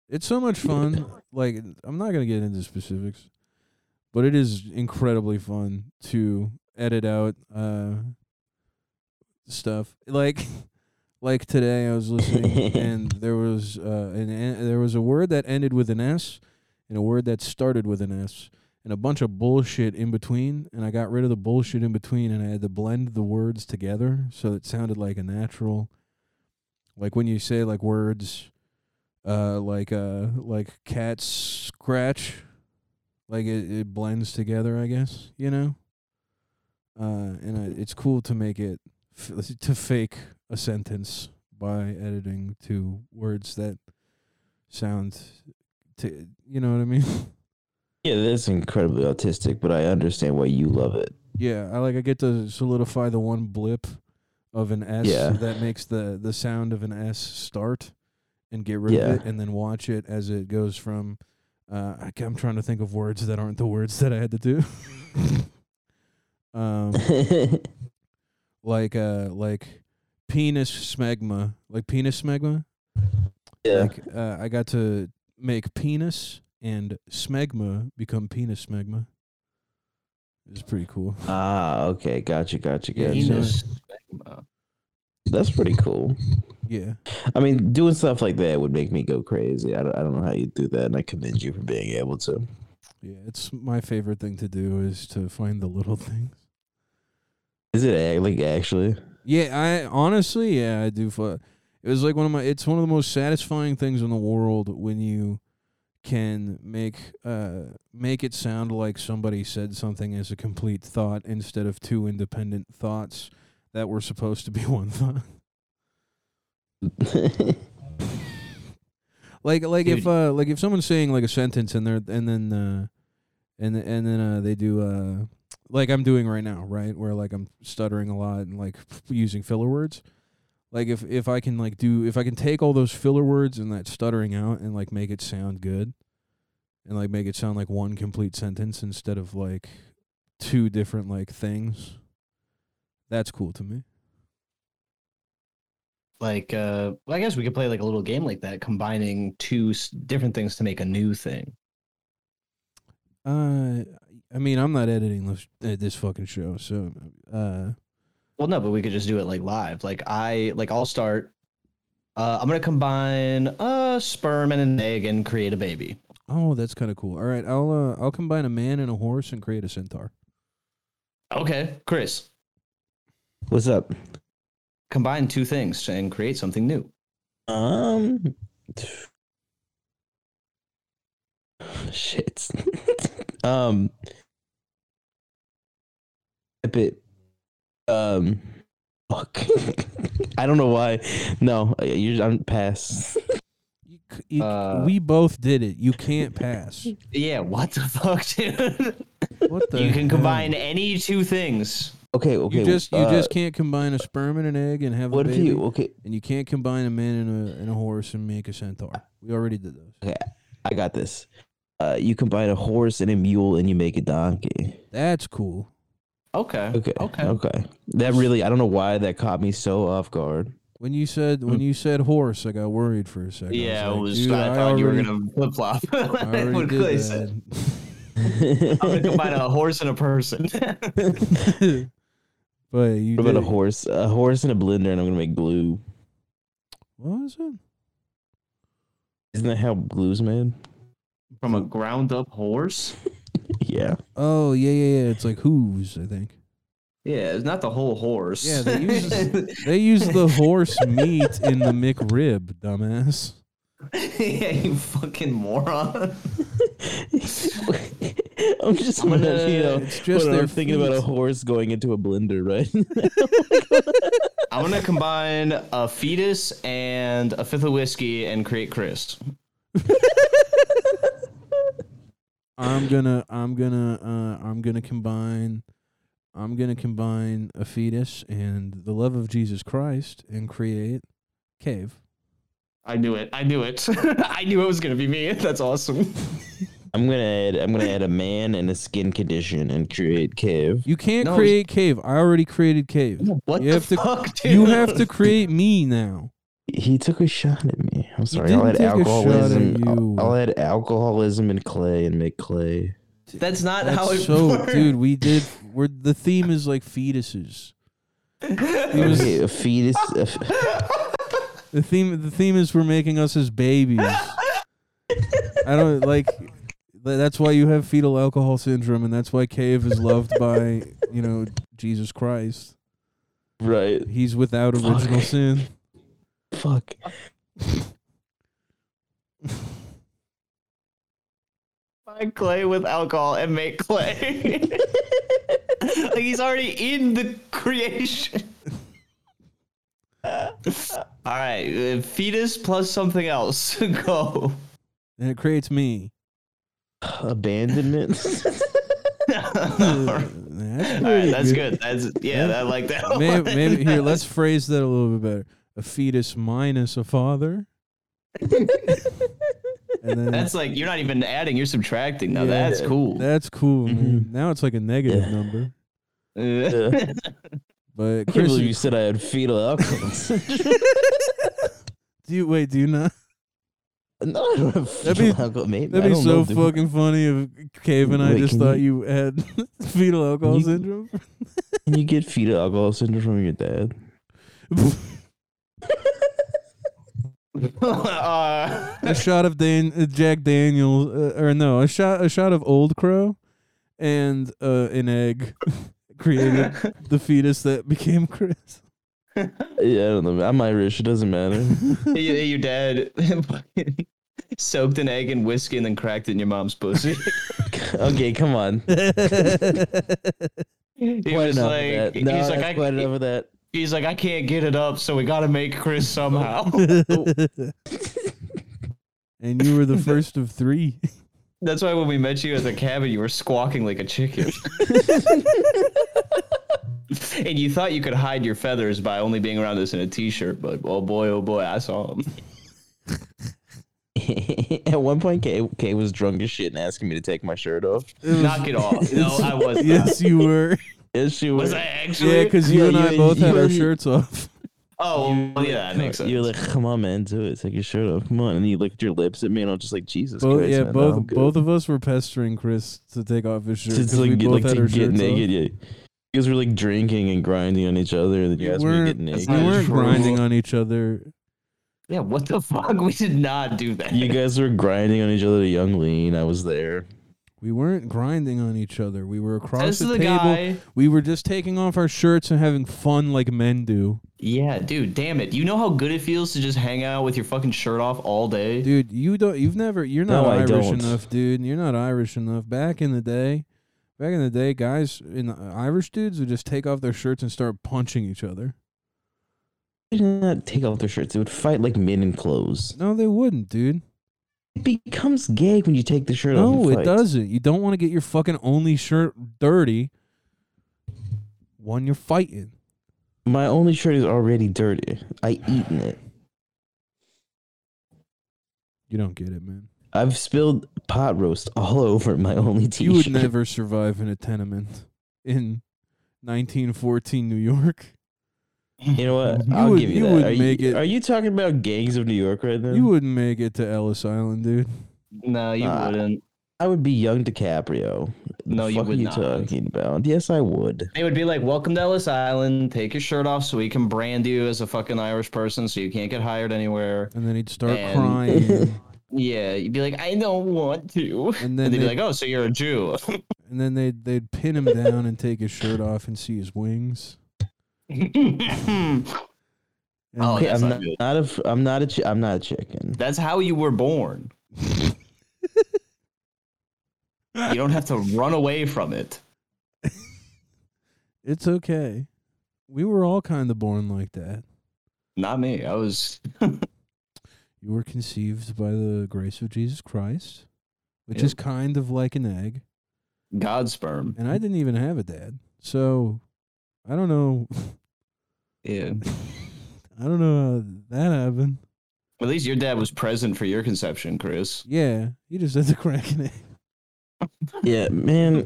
Speaker 1: It's so much fun. Like I'm not gonna get into specifics, but it is incredibly fun to edit out uh stuff. Like like today I was listening and there was uh an an- there was a word that ended with an S and a word that started with an S and a bunch of bullshit in between and I got rid of the bullshit in between and I had to blend the words together so it sounded like a natural like when you say like words uh like uh like cat scratch like it, it blends together I guess, you know? Uh and I, it's cool to make it f- to fake a sentence by editing to words that sound to you know what I mean?
Speaker 3: Yeah, that's incredibly autistic, but I understand why you love it.
Speaker 1: Yeah, I like I get to solidify the one blip of an S
Speaker 3: Yeah.
Speaker 1: that makes the the sound of an S start and get rid
Speaker 3: Yeah.
Speaker 1: of it and then watch it as it goes from uh I, am trying to think of words that aren't the words that I had to do. um like uh like penis smegma, like penis smegma.
Speaker 3: yeah.
Speaker 1: Like uh, I got to make penis and smegma become penis smegma. It's pretty cool.
Speaker 3: Ah, okay. Gotcha, gotcha,
Speaker 1: Yeah,
Speaker 3: gotcha.
Speaker 1: you know.
Speaker 2: Venus Magma.
Speaker 3: That's pretty cool.
Speaker 1: Yeah.
Speaker 3: I mean, doing stuff like that would make me go crazy. I don't, I don't know how you do that, and I commend you for being able to.
Speaker 1: Yeah, it's my favorite thing to do is to find the little things.
Speaker 3: Is it a- like actually?
Speaker 1: Yeah, I honestly, yeah, I do. Fu- it was like one of my. It's one of the most satisfying things in the world when you can make uh make it sound like somebody said something as a complete thought instead of two independent thoughts that were supposed to be one thought. Like like if
Speaker 2: Dude.
Speaker 1: uh like if someone's saying like a sentence and they're and then uh and and then uh they do uh like I'm doing right now, right? Where like I'm stuttering a lot and like using filler words. Like if if I can like do if I can take all those filler words and that stuttering out and like make it sound good and like make it sound like one complete sentence instead of like two different like things. That's cool to me.
Speaker 2: Like, uh, well, I guess we could play like a little game like that, combining two s- different things to make a new thing.
Speaker 1: Uh I mean, I'm not editing this uh, this fucking show, so uh
Speaker 2: Well, no, but we could just do it like live. Like I, like I'll start. Uh, I'm gonna combine a sperm and an egg and create a baby.
Speaker 1: Oh, that's kind of cool. All right, I'll uh, I'll combine a man and a horse and create a centaur.
Speaker 2: Okay, Chris,
Speaker 3: What's up?
Speaker 2: combine two things and create something new.
Speaker 3: Um. Shit. um. A bit. Um. Fuck. I don't know why. No, uh, you. I'm pass.
Speaker 1: You, c- you, c-
Speaker 2: Uh,
Speaker 1: we both did it. You can't pass.
Speaker 2: Yeah, what the fuck, dude?
Speaker 1: What the?
Speaker 2: you
Speaker 1: hell?
Speaker 2: can combine any two things
Speaker 3: Okay, okay.
Speaker 1: you just you
Speaker 3: uh,
Speaker 1: just can't combine a sperm and an egg and have
Speaker 3: What
Speaker 1: a
Speaker 3: if
Speaker 1: baby.
Speaker 3: you? Okay,
Speaker 1: And you can't combine a man and a and a horse and make a centaur. We already did those.
Speaker 3: I got this. Uh, you combine a horse and a mule, and you make a donkey.
Speaker 1: That's cool.
Speaker 2: Okay.
Speaker 3: Okay,
Speaker 2: Okay.
Speaker 3: okay, okay. That really, I don't know why that caught me so off guard.
Speaker 1: When you said when you said horse, I got worried for a second.
Speaker 2: Hmm. Yeah,
Speaker 1: I
Speaker 2: it
Speaker 1: was.
Speaker 2: was.
Speaker 1: like, dude,
Speaker 2: I, thought you were
Speaker 1: already-
Speaker 2: gonna flip flop.
Speaker 1: I already
Speaker 2: what
Speaker 1: did
Speaker 2: Clay said.
Speaker 1: Oh,
Speaker 2: I'm gonna combine a horse and a person.
Speaker 1: that. but you
Speaker 3: What about a
Speaker 1: did-
Speaker 3: horse? A horse and a blender, and I'm gonna make glue.
Speaker 1: What was it?
Speaker 3: Isn't that how glue's made?
Speaker 2: From a ground up horse?
Speaker 3: Yeah.
Speaker 1: Oh yeah, yeah, yeah. It's like hooves, I think.
Speaker 2: Yeah, it's not the whole horse.
Speaker 1: Yeah, they They use the horse meat in the McRib, dumbass.
Speaker 2: yeah, you fucking moron.
Speaker 3: I'm just
Speaker 2: I'm gonna-
Speaker 3: imagining, you know,
Speaker 1: It's just
Speaker 3: hold on,
Speaker 1: their
Speaker 3: I'm thinking about a
Speaker 1: feet.
Speaker 3: horse going into a blender, right?
Speaker 2: I'm gonna combine a fetus and a fifth of whiskey and create Chris.
Speaker 1: I'm gonna I'm gonna uh I'm gonna combine I'm gonna combine a fetus and the love of Jesus Christ and create cave.
Speaker 2: I knew it. I knew it. I knew it was gonna be me. That's awesome.
Speaker 3: I'm gonna add I'm gonna add a man and a skin condition and create cave.
Speaker 1: You can't
Speaker 2: No,
Speaker 1: create cave. I already created cave.
Speaker 2: What
Speaker 1: You
Speaker 2: the
Speaker 1: have to-
Speaker 2: fuck, dude?
Speaker 1: You have to create me now.
Speaker 3: He took a shot at me. I'm sorry.
Speaker 1: didn't
Speaker 3: I'll add
Speaker 1: take a shot at
Speaker 3: alcoholism.
Speaker 1: you.
Speaker 3: I'll, I'll add alcoholism and clay and make clay.
Speaker 2: That's not
Speaker 1: That's
Speaker 2: how it
Speaker 1: so
Speaker 2: works.
Speaker 1: dude, we did we're the theme is like fetuses. It was-
Speaker 3: Okay, a fetus. A f-
Speaker 1: The theme the theme is we're making us as babies. I don't like th- that's why you have fetal alcohol syndrome and that's why Cave is loved by, you know, Jesus Christ.
Speaker 3: right.
Speaker 1: He's without original
Speaker 3: Fuck.
Speaker 1: sin.
Speaker 3: Fuck.
Speaker 2: Buy clay with alcohol and make clay. like he's already in the creation. All right, uh, fetus plus something else. Go.
Speaker 1: And it creates me.
Speaker 3: Abandonment.
Speaker 2: All
Speaker 1: Uh,
Speaker 2: right,
Speaker 1: that's
Speaker 2: that's
Speaker 1: pretty
Speaker 2: good. That's yeah, I like that. one.
Speaker 1: May- Maybe, here, let's phrase that a little bit better. A fetus minus a father. and then
Speaker 2: That's like you're not even adding, you're subtracting. Now
Speaker 1: Yeah.
Speaker 2: that's cool.
Speaker 1: that's cool,
Speaker 3: Mm-hmm.
Speaker 1: man. Now it's like a negative number.
Speaker 2: Uh,
Speaker 1: But
Speaker 3: I can't
Speaker 1: Chris,
Speaker 3: believe you said I had fetal alcohol. syndrome.
Speaker 1: do you wait? Do you not?
Speaker 3: no, I don't have
Speaker 1: That'd
Speaker 3: fetal
Speaker 1: be-
Speaker 3: alcohol. Maybe I
Speaker 1: That'd be
Speaker 3: don't
Speaker 1: so
Speaker 3: know, dude.
Speaker 1: fucking funny if Cave and I
Speaker 3: Wait,
Speaker 1: just
Speaker 3: can
Speaker 1: thought you, had fetal alcohol
Speaker 3: you-
Speaker 1: syndrome.
Speaker 3: Can you get fetal alcohol syndrome from your dad?
Speaker 2: uh,
Speaker 1: a shot of Dan- uh, Jack Daniels, uh, or no, a shot, a shot of Old Crow, and uh, an egg created the fetus that became Chris.
Speaker 3: Yeah, I don't know. I'm Irish. It doesn't matter.
Speaker 2: your, your dad fucking soaked an egg in whiskey and then cracked it in your mom's pussy.
Speaker 3: okay, come on.
Speaker 2: He
Speaker 3: Quite
Speaker 2: was
Speaker 3: enough
Speaker 2: like,
Speaker 3: of that. No,
Speaker 2: he's like,
Speaker 3: that's
Speaker 2: I,
Speaker 3: quite enough of that.
Speaker 2: he's like, I can't get it up, so we got to make Chris somehow.
Speaker 1: and you were the first of three.
Speaker 2: That's why when we met you at the cabin, you were squawking like a chicken. and you thought you could hide your feathers by only being around us in a t-shirt, but oh boy, oh boy, I saw him.
Speaker 3: At one point, Kay, Kay was drunk as shit and asking me to take my shirt off.
Speaker 2: Knock it off. No, I was not.
Speaker 1: yes, you were.
Speaker 3: Yes, she
Speaker 2: Was
Speaker 3: was.
Speaker 2: I actually?
Speaker 1: Yeah, because you and I
Speaker 3: you-
Speaker 1: both had
Speaker 3: you-
Speaker 1: our shirts off.
Speaker 2: oh, well, yeah, that makes sense.
Speaker 3: You're like, come on, man, do it. Take your shirt off. Come on. And you looked at your lips at me, and I'm just like, Jesus
Speaker 1: Both,
Speaker 3: Christ.
Speaker 1: yeah,
Speaker 3: man,
Speaker 1: both
Speaker 3: I'm good.
Speaker 1: both of us were pestering Chris to take off his shirt.
Speaker 3: To- to,
Speaker 1: 'cause we
Speaker 3: like, get,
Speaker 1: both
Speaker 3: like,
Speaker 1: had
Speaker 3: to
Speaker 1: our
Speaker 3: get
Speaker 1: shirts off.
Speaker 3: naked. Yeah. You guys were like drinking and grinding on each other, and then you
Speaker 1: We
Speaker 3: asked me to
Speaker 1: weren't,
Speaker 3: get
Speaker 1: we
Speaker 3: naked.
Speaker 2: not
Speaker 1: weren't
Speaker 2: true.
Speaker 1: grinding on each other.
Speaker 2: yeah, what the fuck? We did not do that.
Speaker 3: You guys were grinding on each other to Young Lean. I was there.
Speaker 1: We weren't grinding on each other. We were across
Speaker 2: This
Speaker 1: the,
Speaker 2: is the
Speaker 1: table.
Speaker 2: guy.
Speaker 1: We were just taking off our shirts and having fun like men do.
Speaker 2: Yeah, dude, damn it. You know how good it feels to just hang out with your fucking shirt off all day?
Speaker 1: Dude, you don't. You've never. You're not
Speaker 3: No, I
Speaker 1: Irish
Speaker 3: don't.
Speaker 1: enough, dude. You're not Irish enough. Back in the day, back in the day, guys in uh, Irish dudes would just take off their shirts and start punching each other.
Speaker 3: They did not take off their shirts. They would fight like men in clothes.
Speaker 1: No, they wouldn't, dude.
Speaker 3: It becomes gay when you take the shirt off.
Speaker 1: No,
Speaker 3: and
Speaker 1: it
Speaker 3: fight.
Speaker 1: doesn't. You don't want to get your fucking only shirt dirty One you're fighting.
Speaker 3: My only shirt is already dirty. I eaten it.
Speaker 1: You don't get it, man.
Speaker 3: I've spilled pot roast all over my only t-shirt.
Speaker 1: You would never survive in a tenement in 1914 New York.
Speaker 3: You know what?
Speaker 1: You
Speaker 3: I'll
Speaker 1: would-
Speaker 3: give you,
Speaker 1: you
Speaker 3: that.
Speaker 1: would
Speaker 3: Are,
Speaker 1: make
Speaker 3: you,
Speaker 1: it-
Speaker 3: are you talking about gangs of New York right now?
Speaker 1: You wouldn't make it to Ellis Island, dude.
Speaker 2: No, you
Speaker 3: Nah.
Speaker 2: wouldn't.
Speaker 3: I would be young DiCaprio. The
Speaker 2: No, you
Speaker 3: fuck
Speaker 2: would
Speaker 3: are you
Speaker 2: not.
Speaker 3: talking about? Yes, I would.
Speaker 2: They would be like, "Welcome to Ellis Island. Take your shirt off so we can brand you as a fucking Irish person, so you can't get hired anywhere."
Speaker 1: And then he'd start
Speaker 2: And-
Speaker 1: crying.
Speaker 2: Yeah, you'd be like, "I don't want to,"
Speaker 1: And
Speaker 2: and
Speaker 1: then
Speaker 2: they'd
Speaker 1: they'd,
Speaker 2: be like, "Oh, so you're a Jew?"
Speaker 1: and then they'd they'd pin him down and take his shirt off and see his wings. And
Speaker 2: Oh,
Speaker 3: Okay,
Speaker 2: that's not
Speaker 3: I'm not,
Speaker 2: good.
Speaker 3: not a. f- I'm not a. Chi- I'm not a chicken.
Speaker 2: That's how you were born. you don't have to run away from it.
Speaker 1: it's okay. We were all kind of born like that.
Speaker 2: Not me. I was.
Speaker 1: You were conceived by the grace of Jesus Christ, which
Speaker 2: Yep.
Speaker 1: is kind of like an egg.
Speaker 2: God sperm.
Speaker 1: And I didn't even have a dad. So I don't know.
Speaker 2: Yeah.
Speaker 1: I don't know how that happened.
Speaker 2: At least your dad was present for your conception, Chris.
Speaker 1: Yeah, you just had to crack an egg.
Speaker 3: Yeah, man.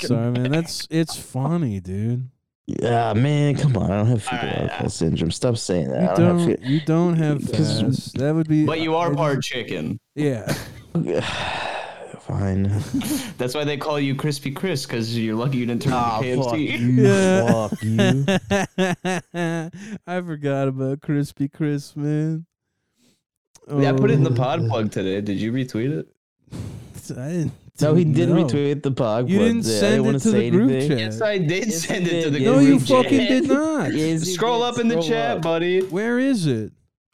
Speaker 1: Sorry, man. That's it's funny, dude.
Speaker 3: Ah, man. Come on. I don't have
Speaker 2: All
Speaker 3: fecal
Speaker 2: right.
Speaker 3: alcohol syndrome. Stop saying
Speaker 1: You
Speaker 3: that. I
Speaker 1: don't,
Speaker 3: don't,
Speaker 1: you don't have
Speaker 3: 'Cause-
Speaker 1: fast. That would be.
Speaker 2: But you are
Speaker 1: I just-
Speaker 2: part chicken.
Speaker 1: Yeah.
Speaker 3: have fecal. Fine.
Speaker 2: That's why they call you Crispy Chris, because you're lucky you didn't turn
Speaker 3: Ah,
Speaker 2: into
Speaker 3: fuck
Speaker 2: KFC.
Speaker 3: you.
Speaker 1: Yeah.
Speaker 3: Fuck you.
Speaker 1: I forgot about Krispy Chris, man.
Speaker 2: Yeah, I put it in the
Speaker 1: Oh.
Speaker 2: pod plug today. Did you retweet it?
Speaker 1: I didn't.
Speaker 3: No, he did
Speaker 1: know.
Speaker 3: retweet the pog.
Speaker 1: You
Speaker 3: but
Speaker 1: didn't
Speaker 3: I
Speaker 1: send
Speaker 3: wanna
Speaker 1: it to
Speaker 3: say
Speaker 1: the group
Speaker 3: anything.
Speaker 1: chat.
Speaker 2: Yes, I did
Speaker 3: Yes,
Speaker 2: send
Speaker 3: you
Speaker 2: it to the
Speaker 3: did.
Speaker 1: no,
Speaker 2: group
Speaker 1: you
Speaker 2: chat.
Speaker 1: fucking did not.
Speaker 3: Yes, he
Speaker 2: Scroll
Speaker 3: did.
Speaker 2: up in the
Speaker 3: Scroll
Speaker 2: chat,
Speaker 3: up.
Speaker 2: buddy.
Speaker 1: Where is it?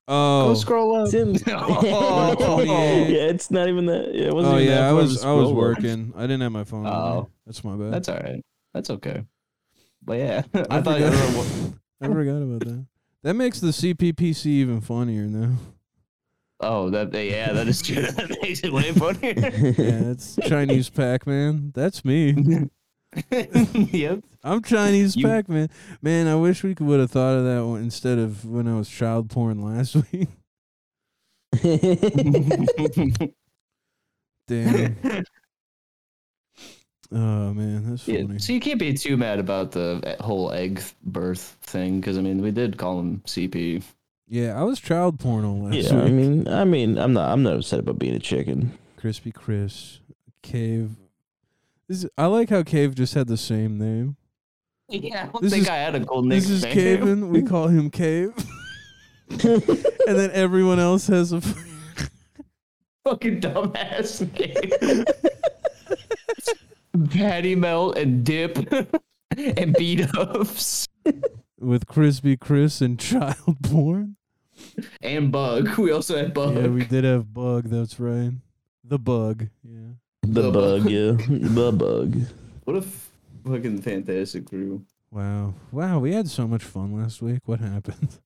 Speaker 2: Go
Speaker 1: Oh,
Speaker 2: scroll up.
Speaker 3: It's in-
Speaker 2: Oh.
Speaker 3: yeah, it's not even that. Yeah, it wasn't
Speaker 1: oh
Speaker 3: even
Speaker 1: yeah,
Speaker 3: that
Speaker 1: I
Speaker 3: far of a
Speaker 1: was I was
Speaker 3: scroll.
Speaker 1: working. I didn't have my phone. on me.
Speaker 2: Oh.
Speaker 1: that's my bad.
Speaker 2: That's all right. That's okay. But yeah,
Speaker 1: I,
Speaker 2: I, thought
Speaker 1: forgot.
Speaker 2: everyone wa-
Speaker 1: I forgot about that. That makes the CPPC even funnier now.
Speaker 2: Oh, that yeah, that is true. That makes it way funnier.
Speaker 1: Yeah, that's Chinese Pac-Man. That's me.
Speaker 2: yep.
Speaker 1: I'm Chinese
Speaker 2: You-
Speaker 1: Pac-Man. Man, I wish we could would have thought of that one instead of when I was child porn last week. Damn. oh man, that's
Speaker 2: Yeah,
Speaker 1: funny.
Speaker 2: So you can't be too mad about the whole egg birth thing because I mean we did call him CP.
Speaker 1: Yeah, I was child porn all last
Speaker 3: yeah, I
Speaker 1: week.
Speaker 3: mean, I mean, I'm not, I'm not upset about being a chicken.
Speaker 1: Crispy Chris, Cave. This is, I like how Cave just had the same name.
Speaker 2: Yeah, I don't
Speaker 1: This
Speaker 2: think
Speaker 1: is-
Speaker 2: I had a cool
Speaker 1: This
Speaker 2: nickname.
Speaker 1: is Caven. We call him Cave, and then everyone else has a.
Speaker 2: Fucking dumbass name. Patty melt and dip and beat ups
Speaker 1: with Crispy Chris and child porn.
Speaker 2: and bug. We also had bug.
Speaker 1: Yeah, we did have bug. That's right. The bug. Yeah.
Speaker 3: The
Speaker 2: The
Speaker 3: bug,
Speaker 2: bug.
Speaker 3: yeah, the bug.
Speaker 2: What a f- fucking fantastic crew.
Speaker 1: Wow. Wow. We had so much fun last week. What happened?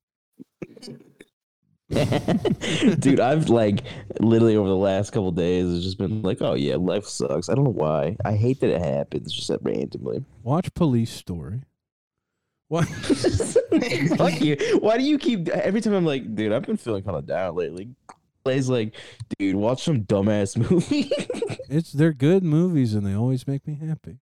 Speaker 3: Dude, I've like literally over the last couple days, it's just been like, oh yeah, life sucks. I don't know why. I hate that it happens just that randomly.
Speaker 1: Watch Police Story. What?
Speaker 3: Fuck you. Why do you keep every time I'm like, dude, I've been feeling kind of down lately. Clay's like, dude, watch some dumbass movie.
Speaker 1: It's they're good movies and they always make me happy.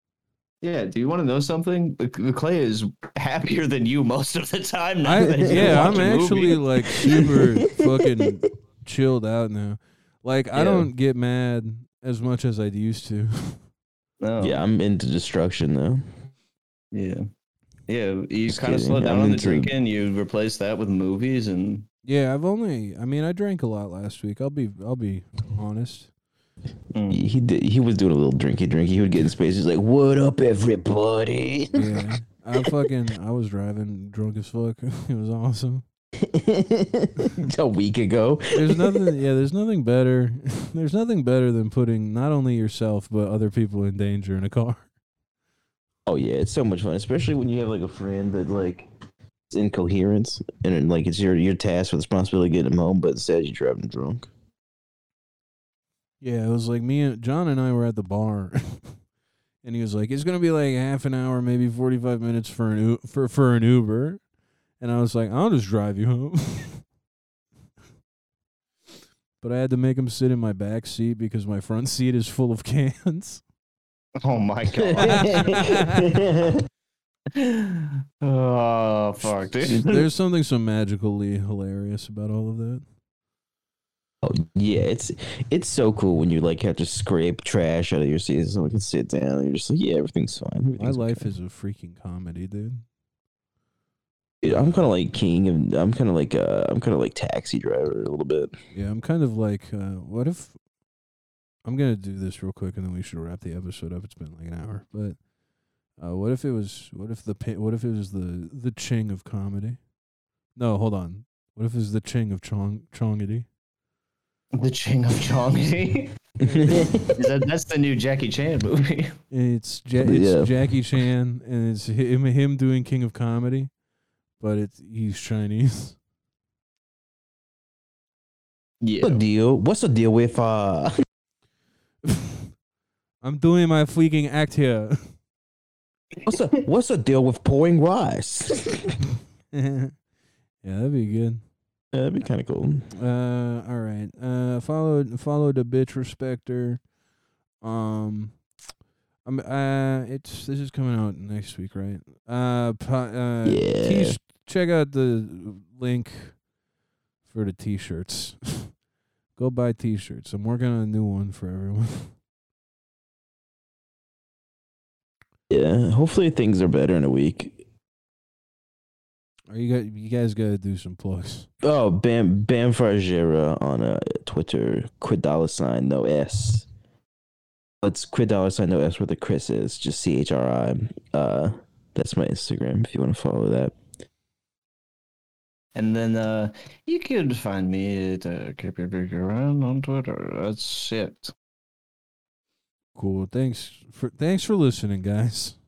Speaker 2: Yeah, do you want to know something? The- the Clay is happier than you most of the time now.
Speaker 1: I,
Speaker 2: that he's
Speaker 1: yeah, I'm
Speaker 2: watching a
Speaker 1: actually
Speaker 2: movie.
Speaker 1: like super fucking chilled out now. Like I
Speaker 2: Yeah.
Speaker 1: don't get mad as much as I used to.
Speaker 2: No.
Speaker 3: yeah, I'm into destruction though.
Speaker 2: yeah, yeah. You
Speaker 3: Just
Speaker 2: kind of
Speaker 3: kidding.
Speaker 2: slowed down
Speaker 3: I'm
Speaker 2: on the
Speaker 3: into-
Speaker 2: drinking. You replaced that with movies, and
Speaker 1: yeah, I've only I mean I drank a lot last week. I'll be I'll be honest.
Speaker 2: hmm.
Speaker 3: He he did, he was doing a little drinky drinky. He would get in space. He's like, "What up, everybody?"
Speaker 1: Yeah. I fucking I was driving drunk as fuck. It was awesome.
Speaker 3: a week ago.
Speaker 1: There's nothing yeah, there's nothing better. There's nothing better than putting not only yourself but other people in danger in a car.
Speaker 3: Oh yeah, it's so much fun, especially when you have like a friend that like is incoherent and then, like it's your your task with responsibility to get him home, but instead you're driving drunk.
Speaker 1: Yeah, it was like me and John and I were at the bar, and he was like, "It's gonna be like half an hour, maybe forty five minutes for an U- for for an Uber," and I was like, "I'll just drive you home." but I had to make him sit in my back seat because my front seat is full of cans.
Speaker 2: Oh my god. oh fuck, dude.
Speaker 1: There's something so magically hilarious about all of that.
Speaker 3: Oh yeah, it's it's so cool when you like have to scrape trash out of your seats. Someone can sit down. And you're just like, yeah, everything's fine.
Speaker 1: My
Speaker 3: everything's
Speaker 1: life
Speaker 3: okay."
Speaker 1: is a freaking comedy, dude.
Speaker 3: Dude, I'm kind of like king, and I'm kind of like uh, I'm kind of like taxi driver a little bit.
Speaker 1: Yeah, I'm kind of like, uh, what if I'm gonna do this real quick and then we should wrap the episode up. It's been like an hour, but uh, what if it was? What if the pa- what if it was the the Ching of comedy? No, hold on. What if it was the Ching of Chong Chongity?
Speaker 2: The Ching of Chongji. that, that's the new Jackie Chan movie.
Speaker 1: It's ja- it's
Speaker 3: Yeah.
Speaker 1: Jackie Chan and it's him him doing King of Comedy, but it's he's Chinese.
Speaker 2: Yeah.
Speaker 3: What's the deal? What's the deal with uh?
Speaker 1: I'm doing my freaking act here.
Speaker 3: What's the what's the deal with pouring rice?
Speaker 1: yeah, that'd be good.
Speaker 3: That'd be kind of cool.
Speaker 1: Uh, all right. Uh, follow follow the bitch respecter. Um, I'm uh, it's this is coming out next week, right? Uh, po- uh,
Speaker 3: Yeah.
Speaker 1: T- check out the link for the t-shirts. Go buy t-shirts. I'm working on a new one for everyone.
Speaker 3: Yeah, hopefully things are better in a week.
Speaker 1: Are you guys? You guys gotta do some plugs.
Speaker 3: Oh, Bam Bam Fargera on uh, Twitter, quid dollar sign no s. It's quid dollar sign no s where the Chris is, just C H R I. Uh, that's my Instagram if you want to follow that.
Speaker 2: And then uh, you could find me at uh, KPBigRun on Twitter. That's it.
Speaker 1: Cool. Thanks for thanks for listening, guys.